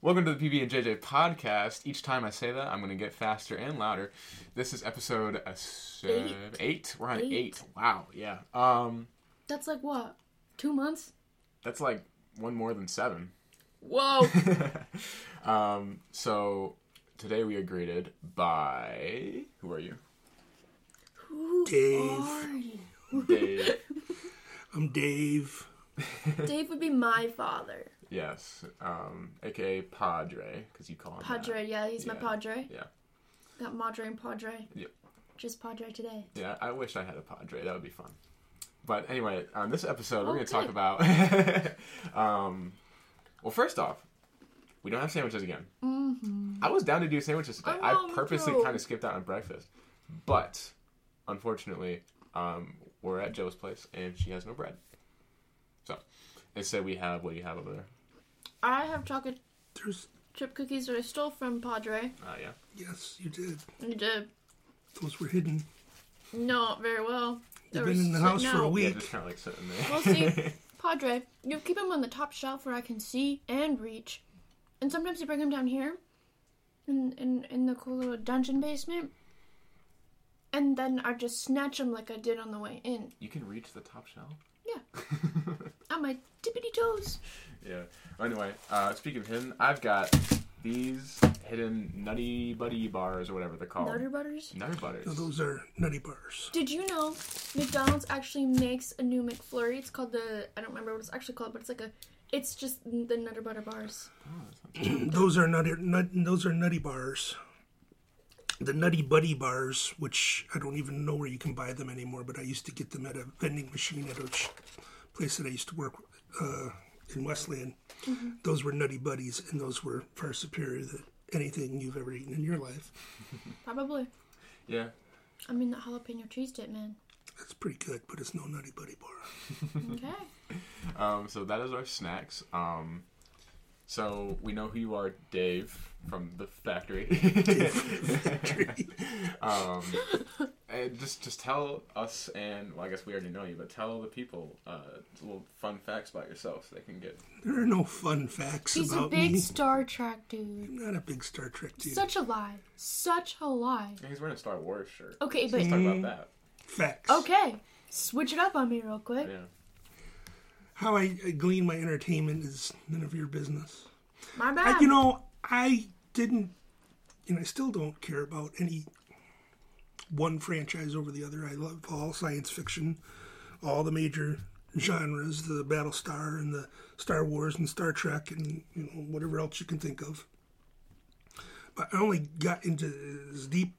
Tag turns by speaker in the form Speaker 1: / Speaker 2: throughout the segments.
Speaker 1: Welcome to the PB and JJ podcast. Each time I say that, I'm going to get faster and louder. This is episode uh, seven, 8 eight. We're on eight.
Speaker 2: Eight.
Speaker 1: Wow. Yeah. Um,
Speaker 2: That's like what? Two months?
Speaker 1: that's like one more than seven.
Speaker 2: Whoa.
Speaker 1: Um, so today we are greeted by who are you?
Speaker 2: Who
Speaker 3: Dave.
Speaker 2: are you?
Speaker 1: Dave.
Speaker 3: I'm Dave.
Speaker 2: Dave would be my father.
Speaker 1: yes. Um, aka Padre, because you call him that.
Speaker 2: Padre, yeah, he's my
Speaker 1: Yeah.
Speaker 2: padre.
Speaker 1: Yeah.
Speaker 2: Got madre and padre.
Speaker 1: Yep.
Speaker 2: Just padre today.
Speaker 1: Yeah, I wish I had a Padre. That would be fun. But anyway, on this episode,
Speaker 2: Oh,
Speaker 1: we're going to talk
Speaker 2: good.
Speaker 1: about. um, well, first off, we don't have sandwiches again. I was down to do sandwiches today.
Speaker 2: Mm-hmm. I know,
Speaker 1: I
Speaker 2: me
Speaker 1: purposely
Speaker 2: too.
Speaker 1: kind of skipped out on breakfast. But unfortunately, um, we're at Joe's place and she has no bread. So instead, we have what do you have over there?
Speaker 2: I have chocolate
Speaker 3: There's
Speaker 2: chip cookies that I stole from Padre.
Speaker 1: Uh, yeah.
Speaker 3: yes, you did.
Speaker 2: And did
Speaker 3: Those were hidden.
Speaker 2: not very well. They
Speaker 3: They've
Speaker 2: were
Speaker 3: been in the
Speaker 2: sitting
Speaker 3: house for
Speaker 2: out.
Speaker 3: a
Speaker 1: Yeah,
Speaker 3: week.
Speaker 1: just kind of like sitting there.
Speaker 2: Well, see, Padre, you keep him on the top shelf where I can see and reach, and sometimes you bring him down here, in in in the cool little dungeon basement, and then I just snatch him like I did on the way in
Speaker 1: you can reach the top shelf.
Speaker 2: on my tippity toes.
Speaker 1: Yeah. Anyway, uh, speaking of hidden, I've got these hidden nutty buddy bars or whatever they're called.
Speaker 2: Nutter butters.
Speaker 1: Nutter
Speaker 3: No,
Speaker 1: butters.
Speaker 3: those are nutty bars.
Speaker 2: Did you know McDonald's actually makes a new McFlurry? It's called the I don't remember what it's actually called, but it's like a it's just the Nutter Butter bars.
Speaker 3: those are nutty. Nut, those are nutty bars. The nutty buddy bars, which I don't even know where you can buy them anymore, but I used to get them at a vending machine at a sh- place that I used to work uh, in Westland.
Speaker 2: Mm-hmm.
Speaker 3: Those were nutty buddies, and those were far superior to anything you've ever eaten in your life.
Speaker 2: Probably.
Speaker 1: Yeah.
Speaker 2: I mean the jalapeno cheese dip, man.
Speaker 3: That's pretty good, but it's no nutty buddy bar.
Speaker 2: Okay.
Speaker 1: Um, so that is our snacks. Um, so we know who you are, Dave from the factory. um, and just just tell us, and well, I guess we already know you, but tell the people uh, little fun facts about yourself so they can get.
Speaker 3: There are no fun facts
Speaker 2: He's a
Speaker 3: about
Speaker 2: big
Speaker 3: me.
Speaker 2: Star Trek dude.
Speaker 3: I'm not a big Star Trek dude.
Speaker 2: Such a lie. Such a lie.
Speaker 1: He's wearing a Star Wars shirt.
Speaker 2: Okay, but
Speaker 1: Let's talk about that.
Speaker 3: Facts.
Speaker 2: okay. Switch it up on me real quick.
Speaker 1: Yeah.
Speaker 3: How I I glean my entertainment is none of your business.
Speaker 2: My
Speaker 3: I,
Speaker 2: bad.
Speaker 3: you know, I didn't, and I still don't care about any one franchise over the other. I love all science fiction, all the major genres, the Battlestar and the Star Wars and Star Trek and you know whatever else you can think of. But I only got into as deep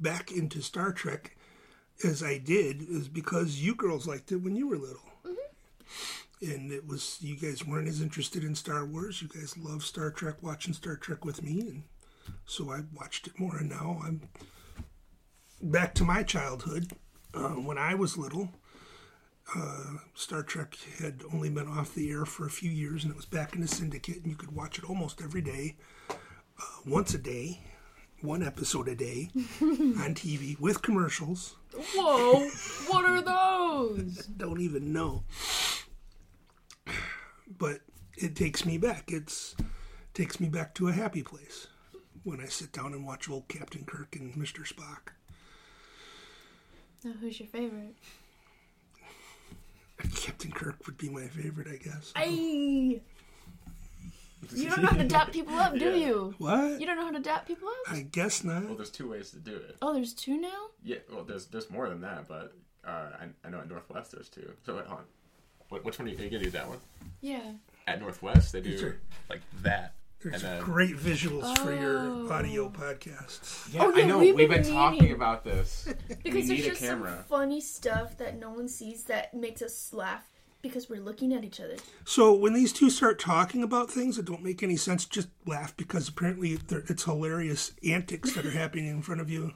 Speaker 3: back into Star Trek as I did is because you girls liked it when you were little and it was you guys weren't as interested in Star Wars. You guys love Star Trek, watching Star Trek with me, and so I watched it more. And now I'm back to my childhood. Uh, when I was little, uh, Star Trek had only been off the air for a few years, and it was back in the syndicate, and you could watch it almost every day, uh, once a day, one episode a day on TV with commercials.
Speaker 2: Whoa. what are those?
Speaker 3: don't even know. But it takes me back. It's takes me back to a happy place when I sit down and watch old Captain Kirk and Mr. Spock.
Speaker 2: Now, who's your favorite?
Speaker 3: Captain Kirk would be my favorite, I guess.
Speaker 2: Ayy. You don't know how to dap people up, do you?
Speaker 3: What?
Speaker 2: You don't know how to dap people up?
Speaker 3: I guess
Speaker 1: Well,
Speaker 3: not.
Speaker 1: there's two ways to do it.
Speaker 2: Oh, there's two now?
Speaker 1: Yeah, well, there's there's more than that, but uh, I, I know at Northwest there's two. So wait, hold on. What, which one are you, are you gonna do? That one
Speaker 2: Yeah.
Speaker 1: at Northwest they do
Speaker 3: Sure.
Speaker 1: like that,
Speaker 3: There's
Speaker 1: and uh, then
Speaker 3: great visuals for
Speaker 2: Oh.
Speaker 3: your audio podcasts.
Speaker 1: yeah,
Speaker 2: Oh,
Speaker 1: I
Speaker 2: yeah,
Speaker 1: know
Speaker 2: we've
Speaker 1: we've,
Speaker 2: been
Speaker 1: been,
Speaker 2: meaning-
Speaker 1: talking about this. we
Speaker 2: Because there's
Speaker 1: need a
Speaker 2: just some
Speaker 1: camera.
Speaker 2: funny stuff that no one sees that makes us laugh because we're looking at each other.
Speaker 3: So when these two start talking about things that don't make any sense, just laugh because apparently they're- it's hilarious antics that are happening in front of you,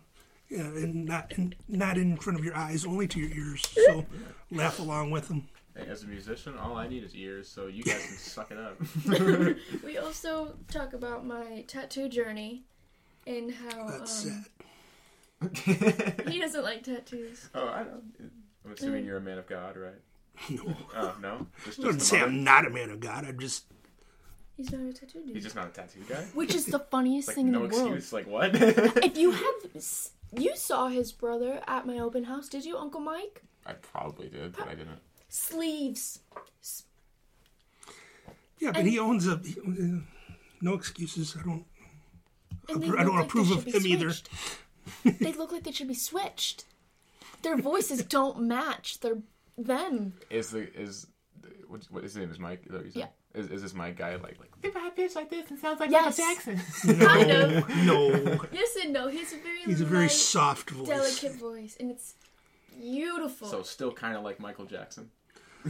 Speaker 3: yeah, and not and not in front of your eyes, only to your ears. So laugh along with them.
Speaker 1: Hey, as a musician, all I need is ears, so you guys can suck it up.
Speaker 2: We also talk about my tattoo journey and how
Speaker 3: That's
Speaker 2: um,
Speaker 3: sad.
Speaker 2: he doesn't like tattoos.
Speaker 1: oh, I know. I'm assuming you're a man of God, right?
Speaker 3: No,
Speaker 1: Oh no, just,
Speaker 3: I don't
Speaker 1: just
Speaker 3: say
Speaker 1: a
Speaker 3: I'm
Speaker 1: monk?
Speaker 3: not a man of God. I'm just
Speaker 2: He's not a tattoo dude.
Speaker 1: He's just not a tattoo guy.
Speaker 2: Which is the funniest
Speaker 1: Like
Speaker 2: thing in
Speaker 1: no
Speaker 2: the world.
Speaker 1: excuse. Like what?
Speaker 2: If you have, s- you saw his brother at my open house, did you, Uncle Mike?
Speaker 1: I probably did, but I didn't.
Speaker 2: Sleeves. S-
Speaker 3: Yeah, but he owns a. He, uh, no excuses. I don't.
Speaker 2: And they
Speaker 3: I don't
Speaker 2: look
Speaker 3: approve
Speaker 2: they
Speaker 3: of
Speaker 2: should be
Speaker 3: him either.
Speaker 2: switched. they look like they should be switched. Their voices don't match. They're them.
Speaker 1: Is the is what, what his name is Mike? Is that what you said? Is, is this Mike guy like like if I pitch like this and sounds like
Speaker 2: Yes.
Speaker 1: Michael Jackson?
Speaker 2: Kind
Speaker 3: No, no.
Speaker 2: Yes and no. He's a very
Speaker 3: He's a very soft voice.
Speaker 2: delicate voice, and it's beautiful.
Speaker 1: so still kind of like Michael Jackson.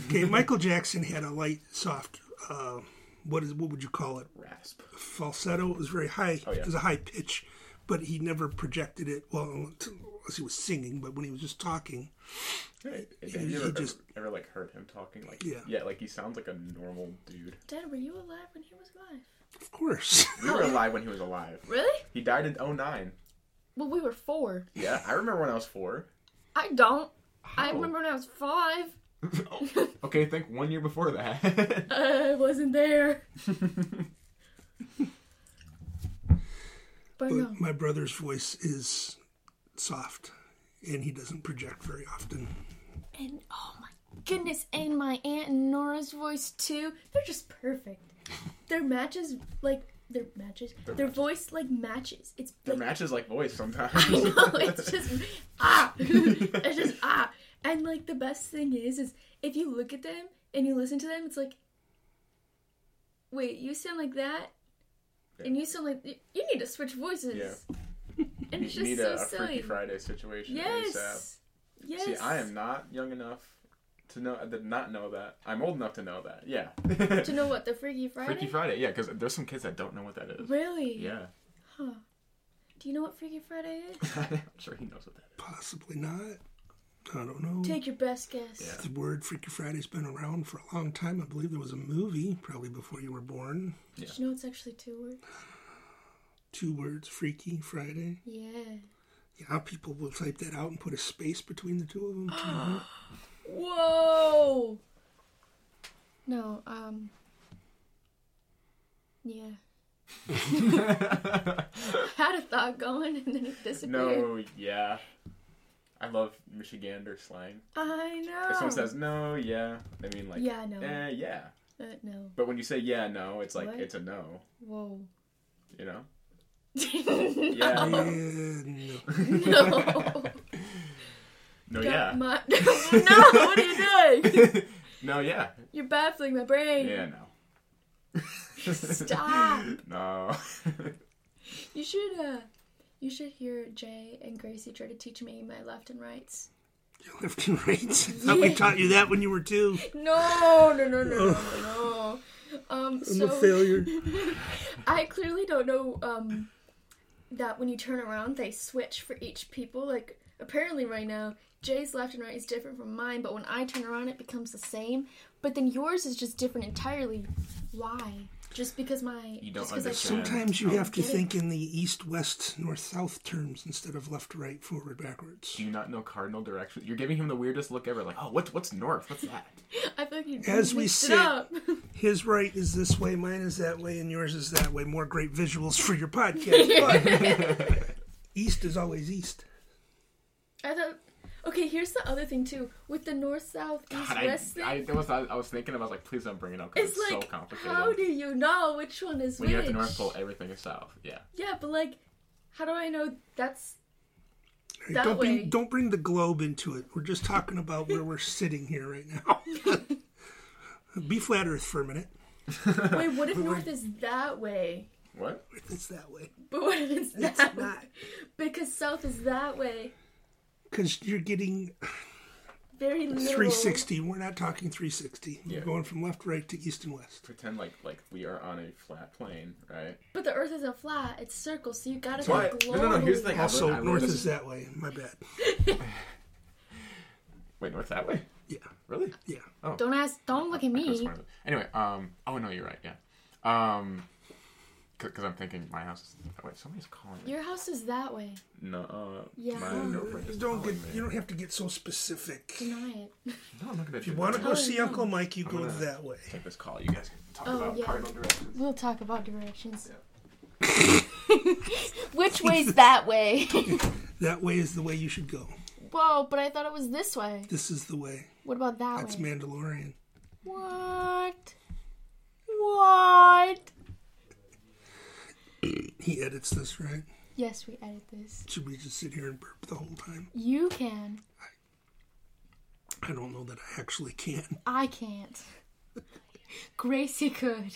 Speaker 3: Okay, Michael Jackson had a light, soft. Uh, what is what would you call it?
Speaker 1: Rasp.
Speaker 3: Falsetto. It was very high.
Speaker 1: yeah.
Speaker 3: It was a high pitch, but he never projected it. Well, unless he was singing, but when he was just talking,
Speaker 1: Have you
Speaker 3: he
Speaker 1: ever,
Speaker 3: just-
Speaker 1: ever, ever like heard him talking? Like
Speaker 3: Yeah.
Speaker 1: yeah, like he sounds like a normal dude.
Speaker 2: Dad, were you alive when he was alive?
Speaker 3: of course.
Speaker 1: We were alive when he was alive.
Speaker 2: Really?
Speaker 1: He died in 09.
Speaker 2: Well, we were four.
Speaker 1: Yeah, I remember when I was four.
Speaker 2: I don't. I
Speaker 1: How?
Speaker 2: remember when I was five.
Speaker 1: Okay, think one year before that.
Speaker 2: I wasn't there. but
Speaker 3: but
Speaker 2: no,
Speaker 3: my brother's voice is soft, and he doesn't project very often.
Speaker 2: and oh my goodness, and my aunt Nora's voice too. They're just perfect. Their matches, like their matches, their voice like matches. It's
Speaker 1: It
Speaker 2: like,
Speaker 1: matches like voice sometimes.
Speaker 2: I know it's just ah, it's just ah. And like the best thing is, is if you look at them and you listen to them, it's like, wait, you sound like that, and you sound like you, you need to switch voices. and it's
Speaker 1: You
Speaker 2: just
Speaker 1: need
Speaker 2: so
Speaker 1: a, a Freaky
Speaker 2: silly.
Speaker 1: Friday situation. ASAP.
Speaker 2: Yes, yes.
Speaker 1: See, I am not young enough to know I did not know that. I'm old enough to know that. Yeah.
Speaker 2: To know what the Freaky Friday?
Speaker 1: Freaky Friday. Yeah, because there's some kids that don't know what that is.
Speaker 2: Really?
Speaker 1: Yeah.
Speaker 2: Huh. Do you know what Freaky Friday is?
Speaker 1: I'm sure he knows what that
Speaker 3: Possibly not. I don't know.
Speaker 2: Take your best guess.
Speaker 1: Yeah.
Speaker 3: the word Freaky Friday's been around for a long time. I believe there was a movie, probably before you were born.
Speaker 2: Did you know it's actually two words?
Speaker 3: Two words, Freaky Friday.
Speaker 2: Yeah.
Speaker 3: Yeah, people will type that out and put a space between the two of them. too.
Speaker 2: Whoa. No. Um. Yeah. Had a thought going and then it
Speaker 1: is.
Speaker 2: disappeared.
Speaker 1: No, yeah. I love Michigander slang.
Speaker 2: I know.
Speaker 1: If someone says no, yeah, they mean like
Speaker 2: Oh. Yeah, no.
Speaker 1: eh, yeah.
Speaker 2: Uh, no.
Speaker 1: But when you say yeah, no, it's like
Speaker 2: What?
Speaker 1: it's a no.
Speaker 2: Whoa.
Speaker 1: You know?
Speaker 2: no.
Speaker 1: Yeah. no,
Speaker 3: And, uh,
Speaker 2: Got
Speaker 1: yeah.
Speaker 2: My... no. What are you doing?
Speaker 1: no, yeah.
Speaker 2: You're baffling my brain.
Speaker 1: Yeah, no.
Speaker 2: Stop.
Speaker 1: No.
Speaker 2: You should. Uh, you should hear Jay and Gracie try to teach me my left and rights.
Speaker 3: left and right. I thought we
Speaker 2: Yeah.
Speaker 3: taught you that when you were two.
Speaker 2: No, no, no, no, no, no. Um,
Speaker 3: I'm
Speaker 2: so
Speaker 3: a failure.
Speaker 2: I clearly don't know um, that when you turn around, they switch for each people. Like apparently, right now, Jay's left and right is different from mine, but when I turn around, it becomes the same. But then yours is just different entirely. Why? Just because my
Speaker 1: You don't
Speaker 2: just 'cause I
Speaker 1: understand.
Speaker 2: can't-
Speaker 3: Sometimes you have to
Speaker 2: get it.
Speaker 3: think in the east, west, north, south terms instead of left, right, forward, backwards.
Speaker 1: Do you not know cardinal directions? You're giving him the weirdest look ever. Like, oh, what's what's north? What's that?
Speaker 2: I feel like you
Speaker 3: As we
Speaker 2: mixed it
Speaker 3: sit-
Speaker 2: up.
Speaker 3: His right is this way, mine is that way, and yours is that way. More great visuals for your podcast. But east is always east.
Speaker 2: I thought. Okay, here's the other thing too with the north, south, east,
Speaker 1: God, I,
Speaker 2: west
Speaker 1: I,
Speaker 2: thing.
Speaker 1: that was, I, I was thinking, I was like, please don't bring it up because
Speaker 2: It's
Speaker 1: it's,
Speaker 2: like,
Speaker 1: so complicated.
Speaker 2: how do you know which one is
Speaker 1: when
Speaker 2: which?
Speaker 1: you're at the North Pole, everything is south. Yeah.
Speaker 2: Yeah, but like, how do I know that's
Speaker 3: Hey,
Speaker 2: That
Speaker 3: don't
Speaker 2: way.
Speaker 3: bring don't bring the globe into it. We're just talking about where we're sitting here right now. Be flat Earth for a minute.
Speaker 2: Wait, what if north is that way?
Speaker 1: What?
Speaker 3: It's that way.
Speaker 2: But what if it's that
Speaker 3: It's
Speaker 2: way?
Speaker 3: not
Speaker 2: Because south is that way.
Speaker 3: because you're getting
Speaker 2: Very little.
Speaker 3: 360. We're not talking 360.
Speaker 1: Yeah.
Speaker 3: We're going from left, right to east and west.
Speaker 1: Pretend like like we are on a flat plane, right?
Speaker 2: But the earth isn't flat; it's circle, so you gotta
Speaker 1: Why-
Speaker 2: be
Speaker 1: No, no, no. Here's the thing. I
Speaker 3: Also,
Speaker 1: learned- I learned
Speaker 3: north
Speaker 1: this-
Speaker 3: is that way. My bad.
Speaker 1: Wait, north that way?
Speaker 3: Yeah,
Speaker 1: Really?
Speaker 3: yeah.
Speaker 2: Don't ask. Don't look at
Speaker 1: I could've
Speaker 2: me.
Speaker 1: sworn it was- Anyway, um. Oh no, you're right. Yeah. Um. because I'm thinking my house is that way. Somebody's calling me.
Speaker 2: Your house is that way.
Speaker 1: No, uh,
Speaker 2: Yeah.
Speaker 1: my
Speaker 2: Oh,
Speaker 1: notebook is
Speaker 3: Don't get.
Speaker 1: calling me.
Speaker 3: You don't have to get so specific. If
Speaker 2: Deny it.
Speaker 1: No, I'm not gonna. If
Speaker 3: you want to go
Speaker 2: Oh,
Speaker 3: see
Speaker 2: no.
Speaker 3: Uncle Mike, you
Speaker 1: I'm
Speaker 3: go
Speaker 1: gonna-
Speaker 3: that way.
Speaker 1: take this call, you guys can talk
Speaker 2: Oh,
Speaker 1: about
Speaker 2: yeah.
Speaker 1: cardinal directions.
Speaker 2: We'll talk about directions.
Speaker 1: Yeah.
Speaker 2: Which way's that way?
Speaker 3: That way is the way you should go.
Speaker 2: Whoa, but I thought it was this way.
Speaker 3: This is the way.
Speaker 2: What about that
Speaker 3: That's
Speaker 2: way?
Speaker 3: Mandalorian.
Speaker 2: What? What?
Speaker 3: He edits this, right?
Speaker 2: Yes, we edit this.
Speaker 3: Should we just sit here and burp the whole time?
Speaker 2: You can.
Speaker 3: I don't know that I actually can.
Speaker 2: I can't. Gracie could.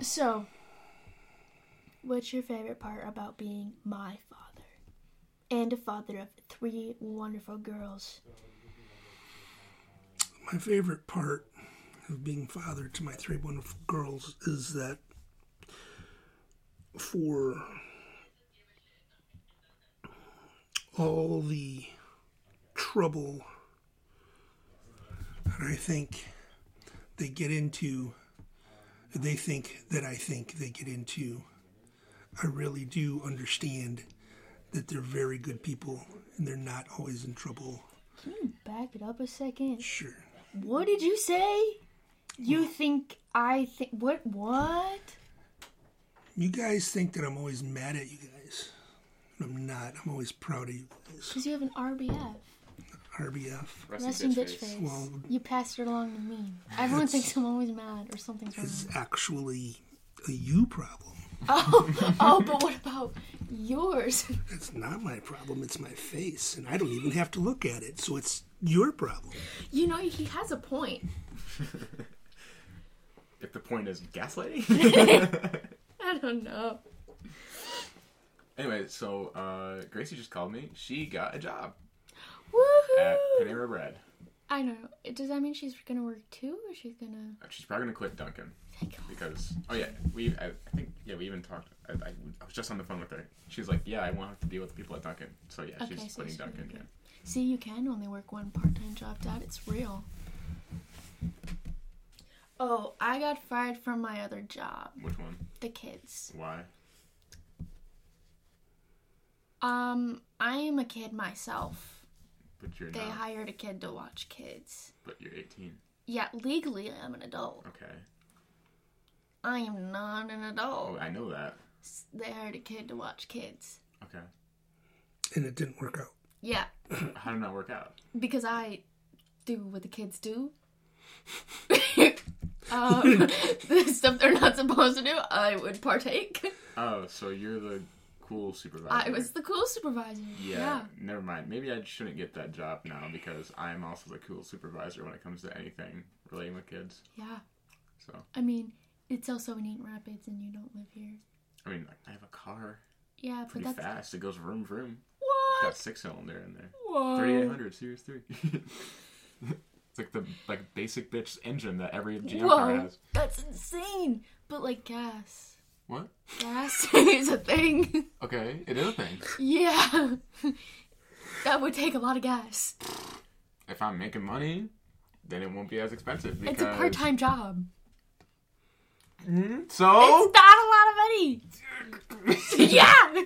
Speaker 2: So, what's your favorite part about being my father and a father of three wonderful girls?
Speaker 3: My favorite part of being father to my three wonderful girls is that for all the trouble that I think they get into, they think that I think they get into, I really do understand that they're very good people and they're not always in trouble.
Speaker 2: Can you back it up a second?
Speaker 3: Sure.
Speaker 2: What did you say? You think I think what? What?
Speaker 3: You guys think that I'm always mad at you guys. I'm not. I'm always proud of you guys.
Speaker 2: Because you have an RBF,
Speaker 3: RBF.
Speaker 1: Rest,
Speaker 2: resting bitch face.
Speaker 3: Well-
Speaker 2: you passed it along to me. Everyone thinks I'm always mad or something's wrong.
Speaker 3: It's actually a you problem.
Speaker 2: Oh, oh, but what about yours?
Speaker 3: It's not my problem. It's my face, and I don't even have to look at it. So it's your problem.
Speaker 2: You know, he has a point.
Speaker 1: If the point is gaslighting.
Speaker 2: I don't know.
Speaker 1: anyway, so uh, Gracie just called me. She got a job at
Speaker 2: Woohoo!
Speaker 1: Panera Bread.
Speaker 2: I don't know. Does that mean she's gonna work too, or she's gonna?
Speaker 1: She's probably gonna quit Duncan
Speaker 2: Thank God.
Speaker 1: because oh yeah, we I, I think yeah we even talked. I, I, I was just on the phone with her. She was like, yeah, I won't have to deal with the people at Duncan. So yeah,
Speaker 2: Okay,
Speaker 1: she's
Speaker 2: so
Speaker 1: quitting
Speaker 2: she's
Speaker 1: Duncan.
Speaker 2: gonna
Speaker 1: Yeah.
Speaker 2: See, you can only work one part-time job, Dad. It's real. Oh, I got fired from my other job.
Speaker 1: Which one?
Speaker 2: The kids.
Speaker 1: Why?
Speaker 2: Um, I am a kid myself.
Speaker 1: But you're
Speaker 2: They
Speaker 1: not.
Speaker 2: hired a kid to watch kids.
Speaker 1: but you're 18.
Speaker 2: Yeah, legally I'm an adult.
Speaker 1: Okay.
Speaker 2: I am not an
Speaker 1: Oh,
Speaker 2: adult.
Speaker 1: I know that.
Speaker 2: S- They hired a kid to watch kids.
Speaker 1: Okay.
Speaker 3: And it didn't work out.
Speaker 2: Yeah,
Speaker 1: How did that work out?
Speaker 2: because I do what the kids do. um, the stuff they're not supposed to do, I would partake.
Speaker 1: Oh, so you're the cool supervisor.
Speaker 2: I was the cool supervisor.
Speaker 1: Yeah, Never mind. Maybe I shouldn't get that job now because I'm also the cool supervisor when it comes to anything relating with kids.
Speaker 2: yeah,
Speaker 1: So
Speaker 2: I mean, it's also in Eaton Rapids, and you don't live here.
Speaker 1: I mean, like, I have a car
Speaker 2: Yeah,
Speaker 1: pretty
Speaker 2: but that's
Speaker 1: fast. It goes vroom vroom. It's
Speaker 2: what.
Speaker 1: got six cylinder in there.
Speaker 2: Whoa.
Speaker 1: 3800 Series three. it's like the like basic bitch engine that every GM car
Speaker 2: Whoa,
Speaker 1: has.
Speaker 2: that's insane. But like gas,
Speaker 1: What?
Speaker 2: gas is a thing.
Speaker 1: Okay, it is a thing.
Speaker 2: yeah, that would take a lot of gas.
Speaker 1: If I'm making money, then it won't be as expensive. Because...
Speaker 2: It's a part-time job.
Speaker 1: Mhm, So
Speaker 2: It's not a lot of money. yeah.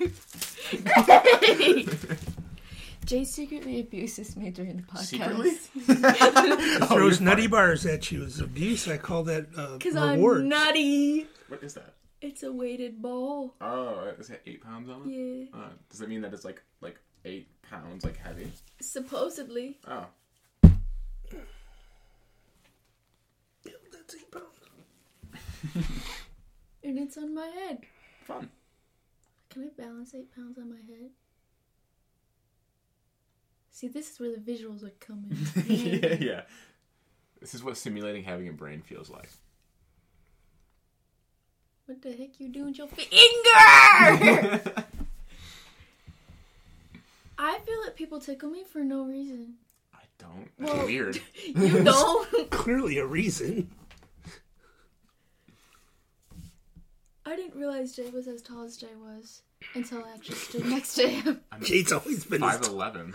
Speaker 2: Jay secretly abuses me during the podcast.
Speaker 1: Secretly?
Speaker 3: Throws nutty bars at you is abuse. I call that uh,
Speaker 2: Because
Speaker 3: reward.
Speaker 2: I'm nutty.
Speaker 1: What is that?
Speaker 2: It's a weighted bowl.
Speaker 1: Oh, is that eight pounds on it?
Speaker 2: Yeah.
Speaker 1: Uh, does that mean that it's like like eight pounds, like heavy?
Speaker 2: Supposedly.
Speaker 1: Oh,
Speaker 3: Yeah, that's eight pounds.
Speaker 2: And it's on my head.
Speaker 1: fun.
Speaker 2: Can I balance eight pounds on my head? See, this is where the visuals would come in.
Speaker 1: yeah, yeah. This is what simulating having a brain feels like.
Speaker 2: what the heck you doing with your finger? I feel that people tickle me for no reason.
Speaker 1: I don't. That's
Speaker 2: Well-
Speaker 1: weird.
Speaker 2: You don't.
Speaker 3: Clearly a reason.
Speaker 2: I didn't realize Jay was as tall as Jay was, until I actually stood next to him.
Speaker 3: Jay's always been as
Speaker 1: Five
Speaker 3: tall.
Speaker 1: eleven.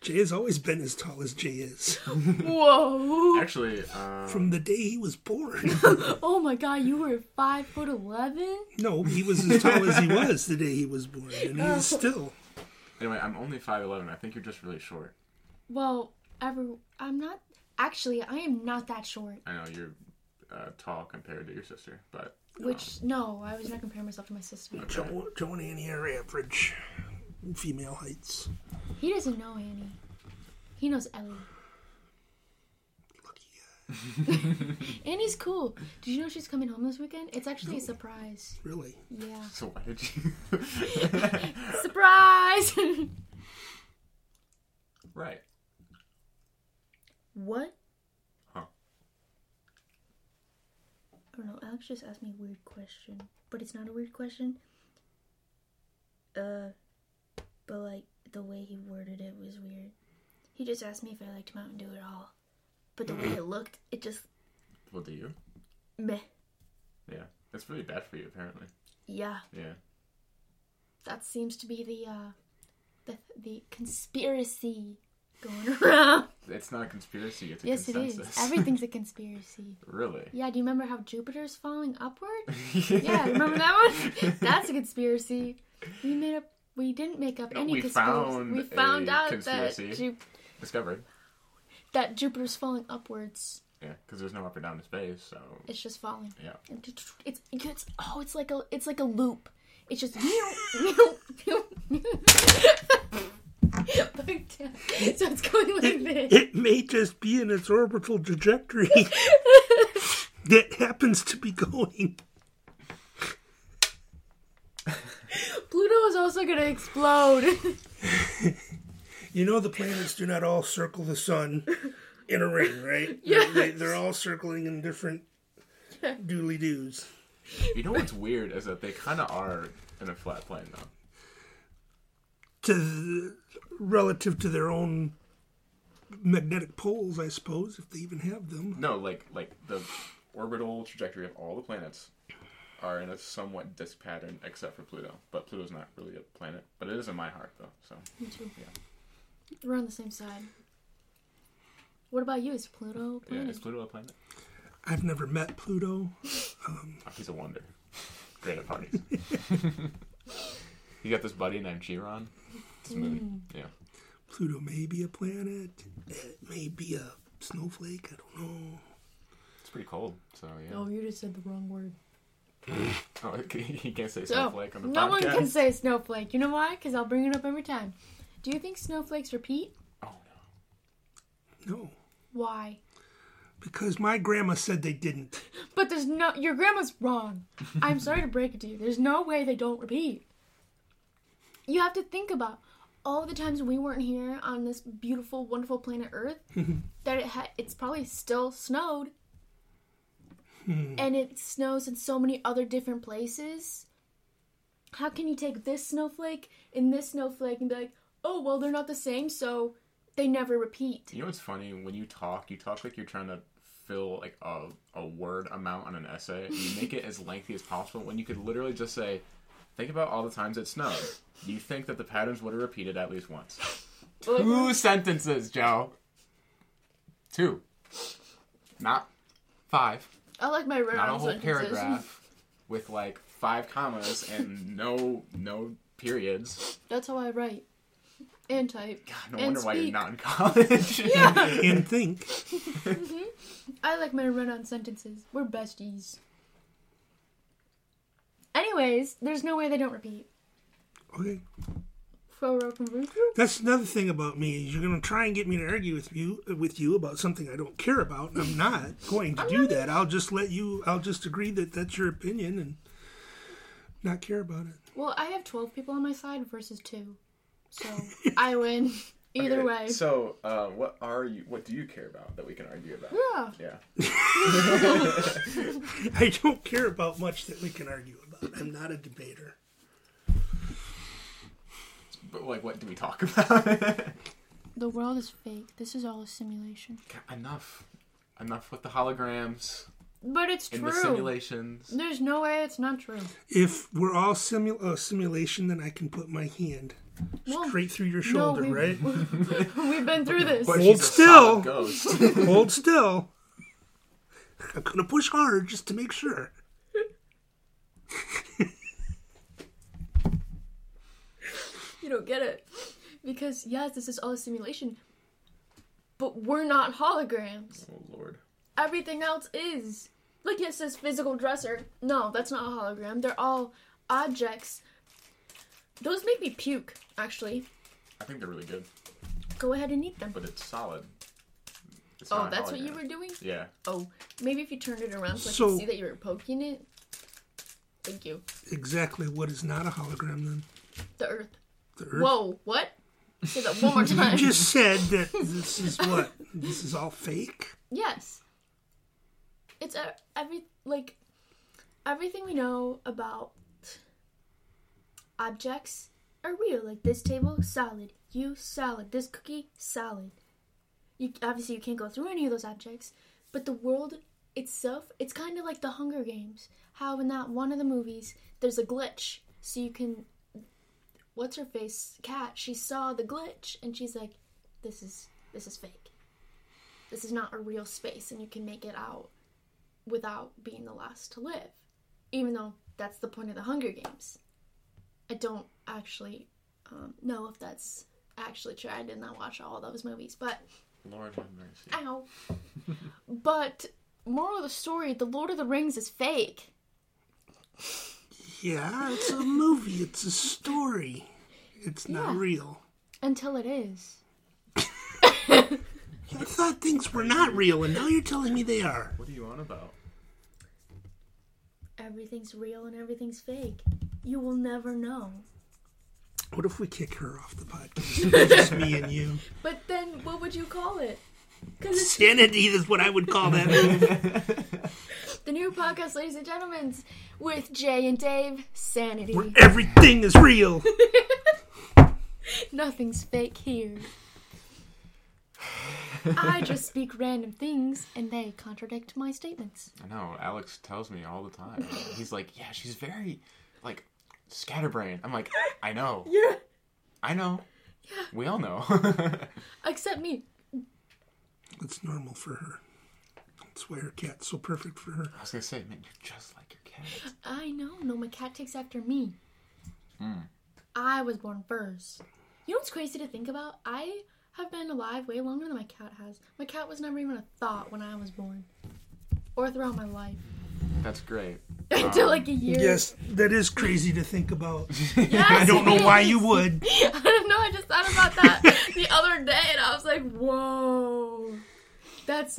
Speaker 3: Jay has always been as tall as Jay is
Speaker 2: Whoa!
Speaker 1: Actually, uh,
Speaker 3: from the day he was born.
Speaker 2: Oh my god, you were five foot eleven.
Speaker 3: no, he was as tall as he was the day he was born, and he's still.
Speaker 1: anyway, I'm only five eleven. I think you're just really short.
Speaker 2: Well, every I'm not. Actually, I am not that short.
Speaker 1: I know you're uh, tall compared to your sister, but
Speaker 2: Which no, I was not comparing myself to my sister.
Speaker 3: Joe, Joe and Annie are average female heights.
Speaker 2: He doesn't know Annie. He knows Ellie.
Speaker 3: Lucky guy,
Speaker 2: Annie's cool. Did you know she's coming home this weekend? It's actually a surprise.
Speaker 3: really.
Speaker 2: Yeah.
Speaker 1: so why did you?
Speaker 2: Surprise!
Speaker 1: right.
Speaker 2: what?
Speaker 1: Huh.
Speaker 2: I don't know. Alex just asked me a weird question, but it's not a weird question. Uh, but like the way he worded it was weird. He just asked me if I liked Mountain Dew at all, but the way it looked, it just
Speaker 1: Well, do you?
Speaker 2: meh.
Speaker 1: Yeah. It's really bad for you, apparently.
Speaker 2: Yeah,
Speaker 1: Yeah.
Speaker 2: that seems to be the uh, the the conspiracy going around.
Speaker 1: It's not a conspiracy. It's a
Speaker 2: yes,
Speaker 1: consensus.
Speaker 2: it is. Everything's a conspiracy.
Speaker 1: really.
Speaker 2: Yeah, do you remember how Jupiter's falling upward? Yeah, remember that one? That's a conspiracy. We made up. We didn't make up
Speaker 1: No,
Speaker 2: any
Speaker 1: we
Speaker 2: conspiracy.
Speaker 1: found
Speaker 2: we found
Speaker 1: a
Speaker 2: out
Speaker 1: conspiracy.
Speaker 2: that Ju-
Speaker 1: Discovered.
Speaker 2: that Jupiter's falling upwards.
Speaker 1: Yeah, because there's no up or down in space, so
Speaker 2: It's just falling.
Speaker 1: yeah.
Speaker 2: It's it's oh, it's like a it's like a loop. It's just Back down. so it's going like this.
Speaker 3: It may just be in its orbital trajectory that happens to be going.
Speaker 2: Pluto is also gonna explode.
Speaker 3: You know, the planets do not all circle the sun in a ring, right?
Speaker 2: Yes.
Speaker 3: They, they're all circling in different dooley doos.
Speaker 1: You know what's weird is that they kind of are in a flat plane though.
Speaker 3: To the, relative to their own magnetic poles, I suppose, if they even have them.
Speaker 1: No, like like the orbital trajectory of all the planets are in a somewhat disc pattern, except for Pluto. But Pluto's not really a planet, but it is in my heart though. So
Speaker 2: Me too. We're on the same side. What about you? Is Pluto a
Speaker 1: yeah,
Speaker 2: planet?
Speaker 1: is Pluto a planet?
Speaker 3: I've never met Pluto.
Speaker 1: Oh, he's a wonder. Great at parties. you got this buddy named Chiron.
Speaker 2: Mm.
Speaker 1: It's a movie. Yeah.
Speaker 3: Pluto may be a planet. It may be a snowflake. I don't know.
Speaker 1: It's pretty cold, so yeah.
Speaker 2: Oh, you just said the wrong word.
Speaker 1: Oh, he can't say
Speaker 2: So,
Speaker 1: snowflake on the
Speaker 2: no
Speaker 1: podcast.
Speaker 2: one can say snowflake. You know why? Because I'll bring it up every time. Do you think snowflakes repeat?
Speaker 1: oh no.
Speaker 3: No,
Speaker 2: Why?
Speaker 3: because my grandma said they didn't.
Speaker 2: But there's no. Your grandma's wrong. I'm sorry to break it to you. There's no way they don't repeat. You have to think about all the times we weren't here on this beautiful, wonderful planet Earth that it ha- it's probably still snowed. and it snows in so many other different places. How can you take this snowflake and this snowflake and be like, oh, well, they're not the same, so they never repeat?
Speaker 1: You know what's funny? When you talk, you talk like you're trying to fill like a, a word amount on an essay. and You make it as lengthy as possible when you could literally just say, think about all the times it snowed. You think that the patterns would have repeated at least once. Two sentences, Joe. Two. Not five.
Speaker 2: I like my rare
Speaker 1: Not a whole
Speaker 2: sentences.
Speaker 1: paragraph with like five commas and no no periods.
Speaker 2: That's how I write and type.
Speaker 1: No
Speaker 2: and
Speaker 1: wonder
Speaker 2: speak.
Speaker 1: why you're not in college.
Speaker 3: and think.
Speaker 2: I like my run-on sentences. We're besties. Anyways, there's no way they don't repeat.
Speaker 3: Okay.
Speaker 2: Fro ro from roo roo.
Speaker 3: That's another thing about me is you're gonna try and get me to argue with you with you about something I don't care about, and I'm not going to do that. I'll just let you. I'll just agree that that's your opinion and not care about it.
Speaker 2: Well, I have 12 people on my side versus two, so I win either
Speaker 1: Okay,
Speaker 2: way.
Speaker 1: So, uh, what are you? What do you care about that we can argue about?
Speaker 2: yeah.
Speaker 1: Yeah.
Speaker 3: I don't care about much that we can argue about. I'm not a debater.
Speaker 1: But like, what do we talk about?
Speaker 2: The world is fake. This is all a simulation.
Speaker 1: enough, enough with the holograms.
Speaker 2: But it's
Speaker 1: in
Speaker 2: true.
Speaker 1: the simulations.
Speaker 2: There's no way it's not true.
Speaker 3: If we're all simu- uh, simulation, then I can put my hand
Speaker 2: Well,
Speaker 3: straight through your shoulder,
Speaker 2: we-
Speaker 3: right?
Speaker 2: We've been through this.
Speaker 1: But
Speaker 3: Hold
Speaker 1: she's a
Speaker 3: still.
Speaker 1: solid ghost.
Speaker 3: Hold still. I'm gonna push hard just to make sure.
Speaker 2: You don't get it. Because, yes, this is all a simulation. But we're not holograms.
Speaker 1: oh lord.
Speaker 2: Everything else is. Look, it says physical dresser. No, that's not a hologram. They're all objects. Those make me puke, actually.
Speaker 1: I think they're really good,
Speaker 2: Go ahead and eat them.
Speaker 1: but it's solid. It's
Speaker 2: Oh,
Speaker 1: not a
Speaker 2: that's what you
Speaker 1: hologram.
Speaker 2: were doing?
Speaker 1: Yeah.
Speaker 2: Oh, maybe if you turned it around so, I
Speaker 3: So-
Speaker 2: could see that you were poking it. Thank you.
Speaker 3: Exactly what is not a hologram then?
Speaker 2: The earth.
Speaker 3: The Earth.
Speaker 2: Whoa, what? Say that one more time.
Speaker 3: just said that this is what this is all fake.
Speaker 2: Yes. It's e- every like everything we know about objects are real. Like this table, solid. You solid. This cookie, solid. You obviously you can't go through any of those objects, but the world itself, it's kind of like the Hunger Games. How in that one of the movies, there's a glitch, so you can. What's her face? Cat. She saw the glitch, and she's like, "This is this is fake." this is not a real space and you can make it out without being the last to live even though that's the point of the hunger games i don't actually um, know if that's actually true i did not watch all those movies but
Speaker 1: Lord have mercy.
Speaker 2: ow but moral of the story the lord of the rings is fake
Speaker 3: Yeah, it's a movie. It's a story. It's not
Speaker 2: Yeah.
Speaker 3: real.
Speaker 2: until it is
Speaker 3: I thought things were not real, and now you're telling me they are.
Speaker 1: What are you on about?
Speaker 2: everything's real and everything's fake you will never know
Speaker 3: What if we kick her off the podcast? It's just me and you.
Speaker 2: but then what would you call it because it's
Speaker 3: Sanity is what I would call that movie.
Speaker 2: The new podcast, ladies and gentlemen, with Jay and Dave, Sanity.
Speaker 3: Where everything is real.
Speaker 2: Nothing's fake here. I just speak random things and they contradict my statements.
Speaker 1: I know. Alex tells me all the time. He's like, yeah, she's very, like, scatterbrained. I'm like, I know.
Speaker 2: Yeah.
Speaker 1: I know. We all know.
Speaker 2: Except me.
Speaker 3: It's normal for her. That's why her cat's so perfect for her.
Speaker 1: I was gonna say, man, you're just like your cat.
Speaker 2: I know. No, my cat takes after me. I was born first. You know what's crazy to think about? I have been alive way longer than my cat has. My cat was never even a thought when I was born or throughout my life
Speaker 1: That's great.
Speaker 2: until like a year.
Speaker 3: Yes, that is crazy to think about.
Speaker 2: Yes,
Speaker 3: I don't know
Speaker 2: it
Speaker 3: why
Speaker 2: is.
Speaker 3: you would.
Speaker 2: I don't know. I just thought about that the other day, and I was like, "Whoa, that's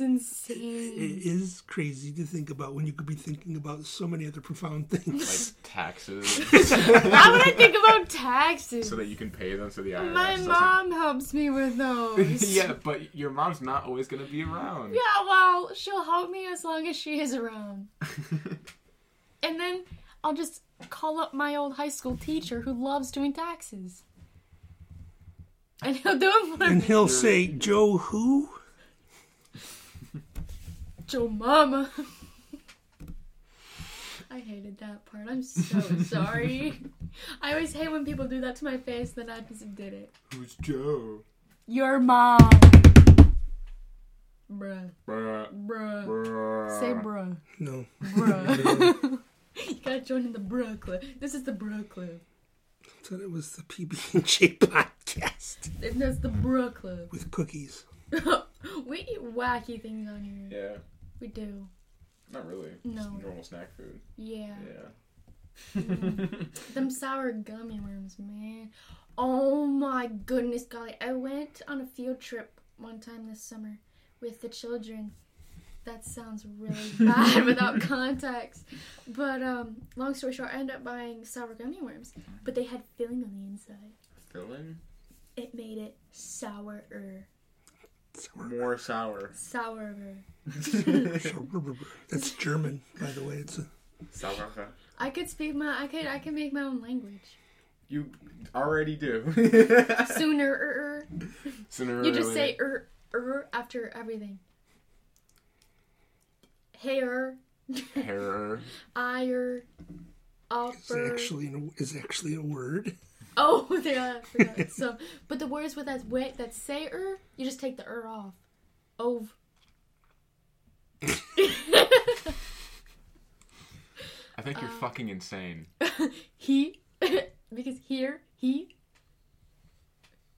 Speaker 2: insane."
Speaker 3: It is crazy to think about when you could be thinking about so many other profound
Speaker 1: Like
Speaker 3: things.
Speaker 1: taxes,
Speaker 2: How would I think about taxes?
Speaker 1: so that you can pay them so the IRS
Speaker 2: My
Speaker 1: doesn't.
Speaker 2: mom helps me with those.
Speaker 1: yeah, but your mom's not always gonna be around.
Speaker 2: Yeah, well, she'll help me as long as she is around. and then I'll just call up my old high school teacher who loves doing taxes. And he'll do it for
Speaker 3: And
Speaker 2: me.
Speaker 3: he'll say, Joe, who?
Speaker 2: Joe Mama. I hated that part. I'm so sorry. I always hate when people do that to my face, then I just did it.
Speaker 1: Who's Joe?
Speaker 2: Your mom. Bruh.
Speaker 1: Bruh,
Speaker 2: Bruh.
Speaker 1: bruh.
Speaker 2: Say bruh.
Speaker 3: No.
Speaker 2: Bruh. you gotta join in the bruh club. This is the bruh club.
Speaker 3: I thought it was the PB&J podcast
Speaker 2: And That's the bruh club.
Speaker 3: with cookies.
Speaker 2: we eat wacky things on here.
Speaker 1: Yeah,
Speaker 2: We do.
Speaker 1: not really.
Speaker 2: No.
Speaker 1: normal snack food.
Speaker 2: Yeah.
Speaker 1: Yeah.
Speaker 2: Them sour gummy worms, man. Oh my goodness, golly. I went on a field trip one time this summer with the children. That sounds really bad without context. But um, long story short, I ended up buying sour gummy worms, but they had filling on the inside.
Speaker 1: Filling?
Speaker 2: It made it sourer.
Speaker 3: Sour-
Speaker 1: More sour.
Speaker 2: Sourer.
Speaker 3: sour- That's German, by the way. It's a,
Speaker 1: Sour.
Speaker 2: I could speak my I could I could make my own language.
Speaker 1: You already do.
Speaker 2: Sooner
Speaker 1: Sooner or
Speaker 2: You just
Speaker 1: later.
Speaker 2: say er er after everything. Hair
Speaker 1: Error.
Speaker 2: Higher,
Speaker 3: It's
Speaker 2: upper.
Speaker 3: actually an, is actually a word.
Speaker 2: Oh, yeah, I forgot. so, but the words with that way that say er, you just take the er off. Ov.
Speaker 1: I think
Speaker 2: Um,
Speaker 1: you're fucking insane.
Speaker 2: he because here he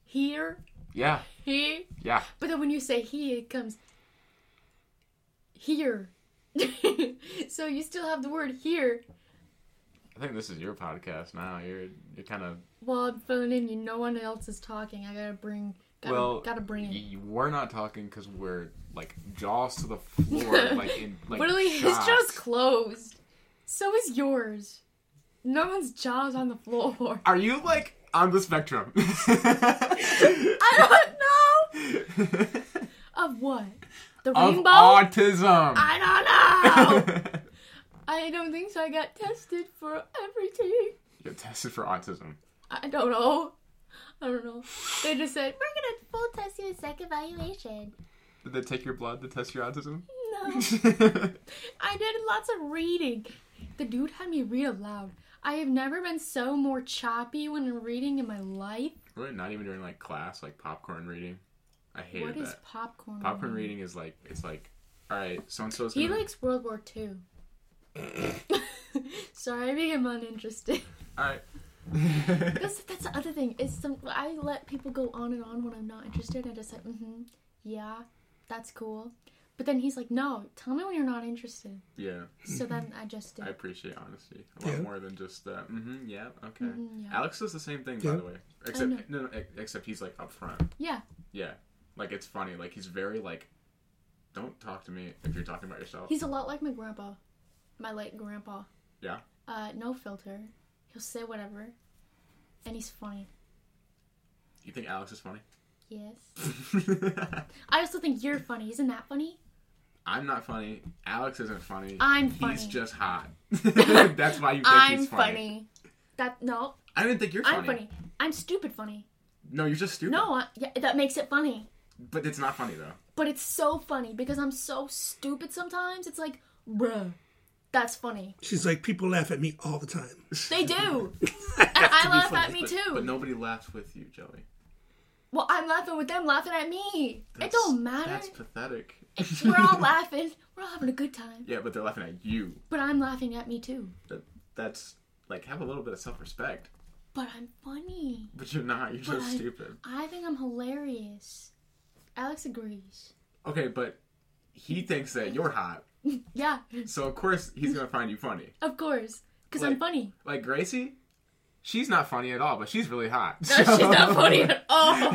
Speaker 2: here
Speaker 1: Yeah,
Speaker 2: he
Speaker 1: yeah.
Speaker 2: but then when you say he it comes here so you still have the word here
Speaker 1: I think this is your podcast now. You're you're kind of
Speaker 2: while i'm filling in you no one else is talking i gotta bring gotta,
Speaker 1: well.
Speaker 2: gotta bring it
Speaker 1: y- we're not talking because we're like jaws to the floor, like in like.
Speaker 2: literally his
Speaker 1: shocked.
Speaker 2: jaw's closed so is yours no one's jaw's on the floor
Speaker 1: Are you like on the spectrum?
Speaker 2: i
Speaker 1: of
Speaker 2: don't know of what the rainbow
Speaker 1: autism.
Speaker 2: i don't know I don't think so. I got tested for everything.
Speaker 1: You're tested for autism.
Speaker 2: I don't know. I don't know. They just said,
Speaker 4: We're gonna full test you in psych evaluation.
Speaker 1: Did they take your blood to test your autism?
Speaker 2: no. I did lots of reading. The dude had me read aloud. I have never been so more choppy when reading in my life.
Speaker 1: really? Not even during like class, like popcorn reading. I hated
Speaker 2: What
Speaker 1: that.
Speaker 2: is popcorn?
Speaker 1: popcorn reading is like it's like, all right, so and so's
Speaker 2: He
Speaker 1: gonna.
Speaker 2: likes World War II. Sorry, I became uninterested.
Speaker 1: all right.
Speaker 2: That's that's the other thing. It's some I let people go on and on when I'm not interested. I just like, mm-hmm, yeah, that's cool. But then he's like, no, tell me when you're not interested.
Speaker 1: yeah,
Speaker 2: So then I just did.
Speaker 1: Hmm. I appreciate honesty a lot
Speaker 3: Yeah.
Speaker 1: more than just that. Mm-hmm. Yeah. Okay.
Speaker 2: Mhm, yeah.
Speaker 1: Alex does the same thing, by
Speaker 3: Yeah.
Speaker 1: the way. Except
Speaker 2: know.
Speaker 1: no, no, ex- except he's like upfront.
Speaker 2: yeah,
Speaker 1: Yeah. Like it's funny. Like he's very like, don't talk to me if you're talking about yourself.
Speaker 2: he's a lot like my grandpa, my late grandpa.
Speaker 1: Yeah.
Speaker 2: Uh, no filter. He'll say whatever, and he's funny.
Speaker 1: You think Alex is funny?
Speaker 2: Yes. I also think you're funny. Isn't that funny?
Speaker 1: I'm not funny. Alex isn't funny.
Speaker 2: I'm
Speaker 1: He's
Speaker 2: funny.
Speaker 1: just hot. That's why you think
Speaker 2: I'm
Speaker 1: he's
Speaker 2: funny.
Speaker 1: funny.
Speaker 2: That no,
Speaker 1: I didn't think you're funny.
Speaker 2: I'm funny. I'm stupid funny.
Speaker 1: No, you're just stupid.
Speaker 2: No, I, yeah, that makes it funny.
Speaker 1: But it's not funny though.
Speaker 2: But it's so funny because I'm so stupid sometimes. It's like, bruh, that's funny.
Speaker 3: She's like people laugh at me all the time.
Speaker 2: They do. and I laugh at me
Speaker 1: But-
Speaker 2: too.
Speaker 1: But nobody laughs with you, Joey.
Speaker 2: Well, I'm laughing with them laughing at me. it don't matter.
Speaker 1: That's pathetic.
Speaker 2: We're all laughing. We're all having a good time.
Speaker 1: yeah, but they're laughing at you.
Speaker 2: But I'm laughing at me too.
Speaker 1: That, that's like have a little bit of self-respect.
Speaker 2: But I'm funny.
Speaker 1: But you're not. You're
Speaker 2: But
Speaker 1: just
Speaker 2: I-
Speaker 1: stupid.
Speaker 2: I think I'm hilarious. Alex agrees.
Speaker 1: Okay, but he thinks that you're hot,
Speaker 2: Yeah,
Speaker 1: so of course he's gonna find you funny.
Speaker 2: of course. Because I'm
Speaker 1: Like-
Speaker 2: funny.
Speaker 1: Like Gracie, she's not funny at all, but she's really hot.
Speaker 2: No, she's not funny at all.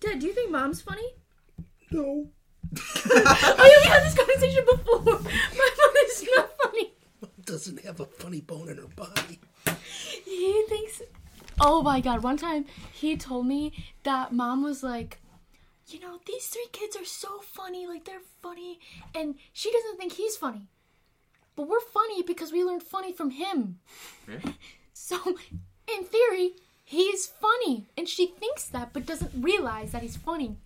Speaker 2: Dad, do you think mom's funny?
Speaker 3: No,
Speaker 2: Oh yeah, we had this conversation before. My mother's not funny.
Speaker 3: doesn't have a funny bone in her body.
Speaker 2: He thinks. Oh my god! One time he told me that mom was like, you know, these three kids are so funny. Like they're funny, and she doesn't think he's funny. But we're funny because we learned funny from him.
Speaker 1: Yeah.
Speaker 2: So, in theory, he's funny, and she thinks that, but doesn't realize that he's funny.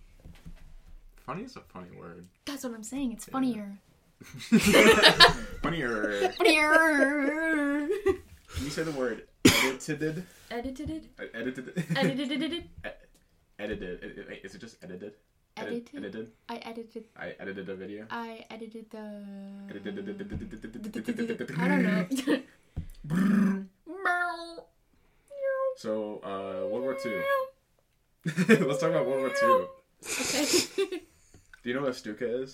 Speaker 1: funny is a funny word.
Speaker 2: That's what I'm saying. It's funnier.
Speaker 1: Funnier.
Speaker 2: Funnier.
Speaker 1: Can you say the word edited?
Speaker 2: Edited it.
Speaker 1: Uh, Edited.
Speaker 2: Edited it.
Speaker 1: edited. Ed- ed- Wait, is it just edited? Edit-
Speaker 2: Edited.
Speaker 1: Edited.
Speaker 2: I edited.
Speaker 1: I edited a video.
Speaker 2: I edited the. I don't
Speaker 1: I
Speaker 2: know.
Speaker 1: So, uh, World War Two. Let's talk about World War Two. Do you know what a Stuka is?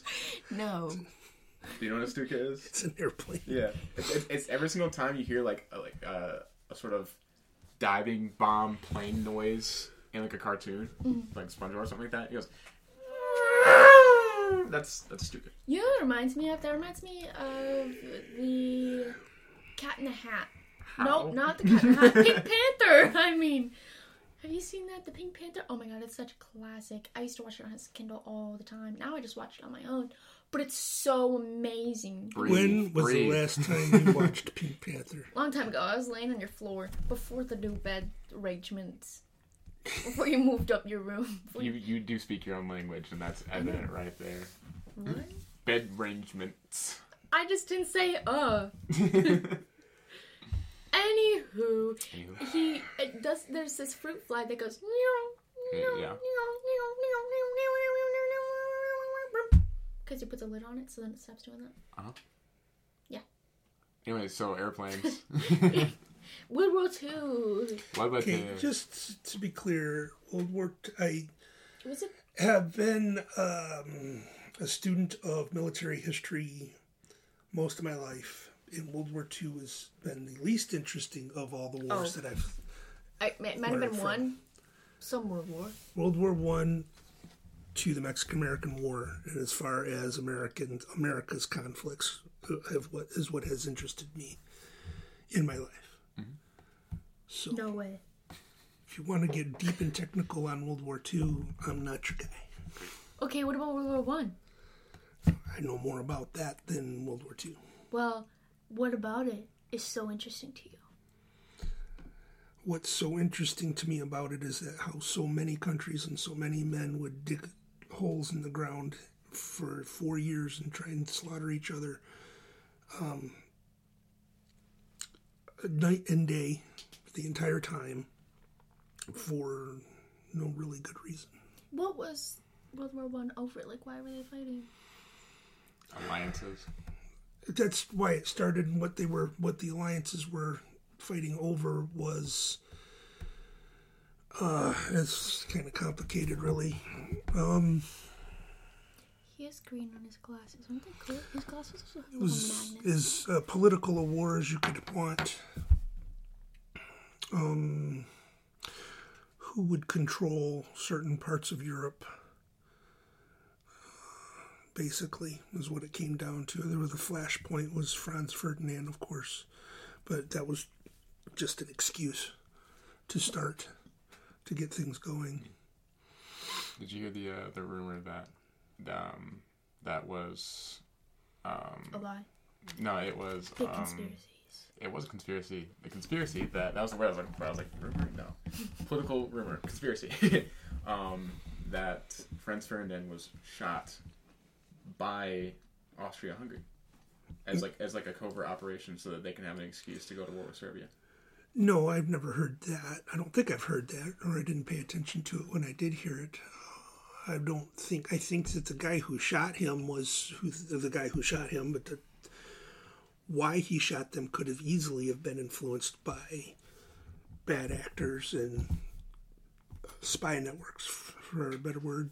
Speaker 2: no.
Speaker 1: Do you know what a Stuka is?
Speaker 3: It's an airplane.
Speaker 1: Yeah, it's, it's, it's every single time you hear like a, like uh, a sort of diving bomb plane noise in like a cartoon,
Speaker 2: Mm-hmm.
Speaker 1: like SpongeBob or something like that. He goes, "That's that's stupid."
Speaker 2: You know what it reminds me of? That reminds me of the Cat in the Hat.
Speaker 1: How?
Speaker 2: No, not the Cat in the Hat. Pink Panther. I mean, have you seen that? The Pink Panther. Oh my god, it's such a classic. I used to watch it on his Kindle all the time. Now I just watch it on my own. But it's so amazing.
Speaker 1: Breathe,
Speaker 3: When was
Speaker 1: breathe.
Speaker 3: the last time you watched Pink Panther?
Speaker 2: Long time ago, I was laying on your floor before the new bed arrangements. Before you moved up your room. Before
Speaker 1: You you
Speaker 3: Mm-hmm.
Speaker 1: do speak your own language, and that's evident right there.
Speaker 2: What?
Speaker 1: Bed arrangements.
Speaker 2: I just didn't say uh. Anywho,
Speaker 1: Anywho.
Speaker 2: he it does. There's this fruit fly that goes. "Meow, meow,
Speaker 1: Yeah.
Speaker 2: meow, meow, meow, meow, meow, meow, meow, meow, meow, meow, meow, meow," Because you put the lid on it, so then it stops doing that.
Speaker 1: Uh-huh.
Speaker 2: Yeah.
Speaker 1: Anyway, so airplanes.
Speaker 2: World War Two.
Speaker 1: What about
Speaker 3: Okay,
Speaker 1: the?
Speaker 3: just to be clear, World War T- I
Speaker 2: Was it?
Speaker 3: have been um, a student of military history most of my life, and World War II has been the least interesting of all the wars
Speaker 2: Oh.
Speaker 3: that I've.
Speaker 2: I, it might have
Speaker 3: Where
Speaker 2: been
Speaker 3: from?
Speaker 2: one. Some World War.
Speaker 3: World War One to the Mexican American War, and as far as American America's conflicts, uh, have what is what has interested me in my life.
Speaker 1: Mm-hmm.
Speaker 3: So,
Speaker 2: No way.
Speaker 3: if you want to get deep and technical on World War II, I'm not your guy.
Speaker 2: Okay, what about World War One?
Speaker 3: I know more about that than World War II.
Speaker 2: Well, what about it is so interesting to you?
Speaker 3: What's so interesting to me about it is that how so many countries and so many men would dig holes in the ground for four years and try and slaughter each other um, night and day the entire time for no really good reason.
Speaker 2: What was World War One over? Like, why were they fighting?
Speaker 1: Alliances.
Speaker 3: that's why it started and what they were what the alliances were fighting over was uh it's kind of complicated really um
Speaker 2: He has green on his glasses. Aren't they cool? His glasses also have
Speaker 3: it
Speaker 2: little
Speaker 3: was
Speaker 2: magnets.
Speaker 3: as uh, political a war as you could want um who would control certain parts of Europe basically is what it came down to. There was the flashpoint was Franz Ferdinand, of course, but that was just an excuse to start to get things going.
Speaker 1: Did you hear the uh, the rumor that um that was um,
Speaker 2: A lie.
Speaker 1: no it was
Speaker 2: Big
Speaker 1: um,
Speaker 2: conspiracies.
Speaker 1: it was a conspiracy a conspiracy that that was the word I was looking for I was like rumor no political rumor conspiracy um that Franz Ferdinand was shot by Austria-Hungary as like as like a covert operation so that they can have an excuse to go to war with Serbia.
Speaker 3: No, I've never heard that. I don't think I've heard that, or I didn't pay attention to it when I did hear it. I don't think. I think that the guy who shot him was who the guy who shot him, but the, why he shot them could have easily have been influenced by bad actors and spy networks, for a better word.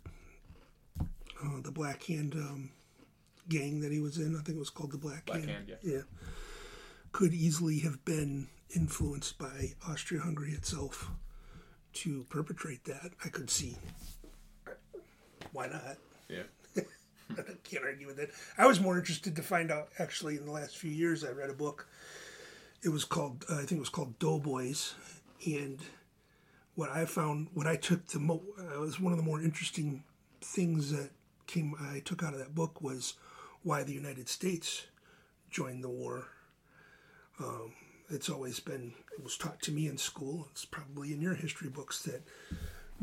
Speaker 3: Uh, the Black Hand um, gang that he was in, I think it was called the Black,
Speaker 1: Black
Speaker 3: Hand.
Speaker 1: Hand, yeah.
Speaker 3: yeah, could easily have been influenced by Austria-Hungary itself to perpetrate that. I could see. Why not?
Speaker 1: Yeah.
Speaker 3: I can't argue with it. I was more interested to find out actually in the last few years. I read a book. It was called uh, I think it was called Doughboys, and what I found, what I took the mo- uh, was one of the more interesting things that came I took out of that book was why the United States joined the war. Um, it's always been it was taught to me in school. It's probably in your history books that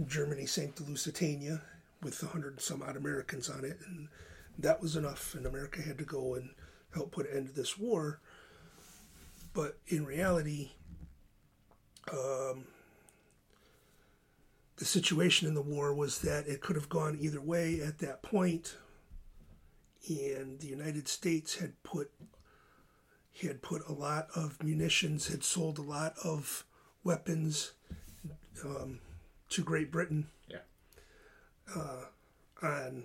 Speaker 3: Germany sank the Lusitania with a hundred and some odd Americans on it, and that was enough. And America had to go and help put an end to this war. But in reality, um, the situation in the war was that it could have gone either way at that point, and the United States had put had put a lot of munitions, had sold a lot of weapons to Great Britain.
Speaker 1: Yeah.
Speaker 3: on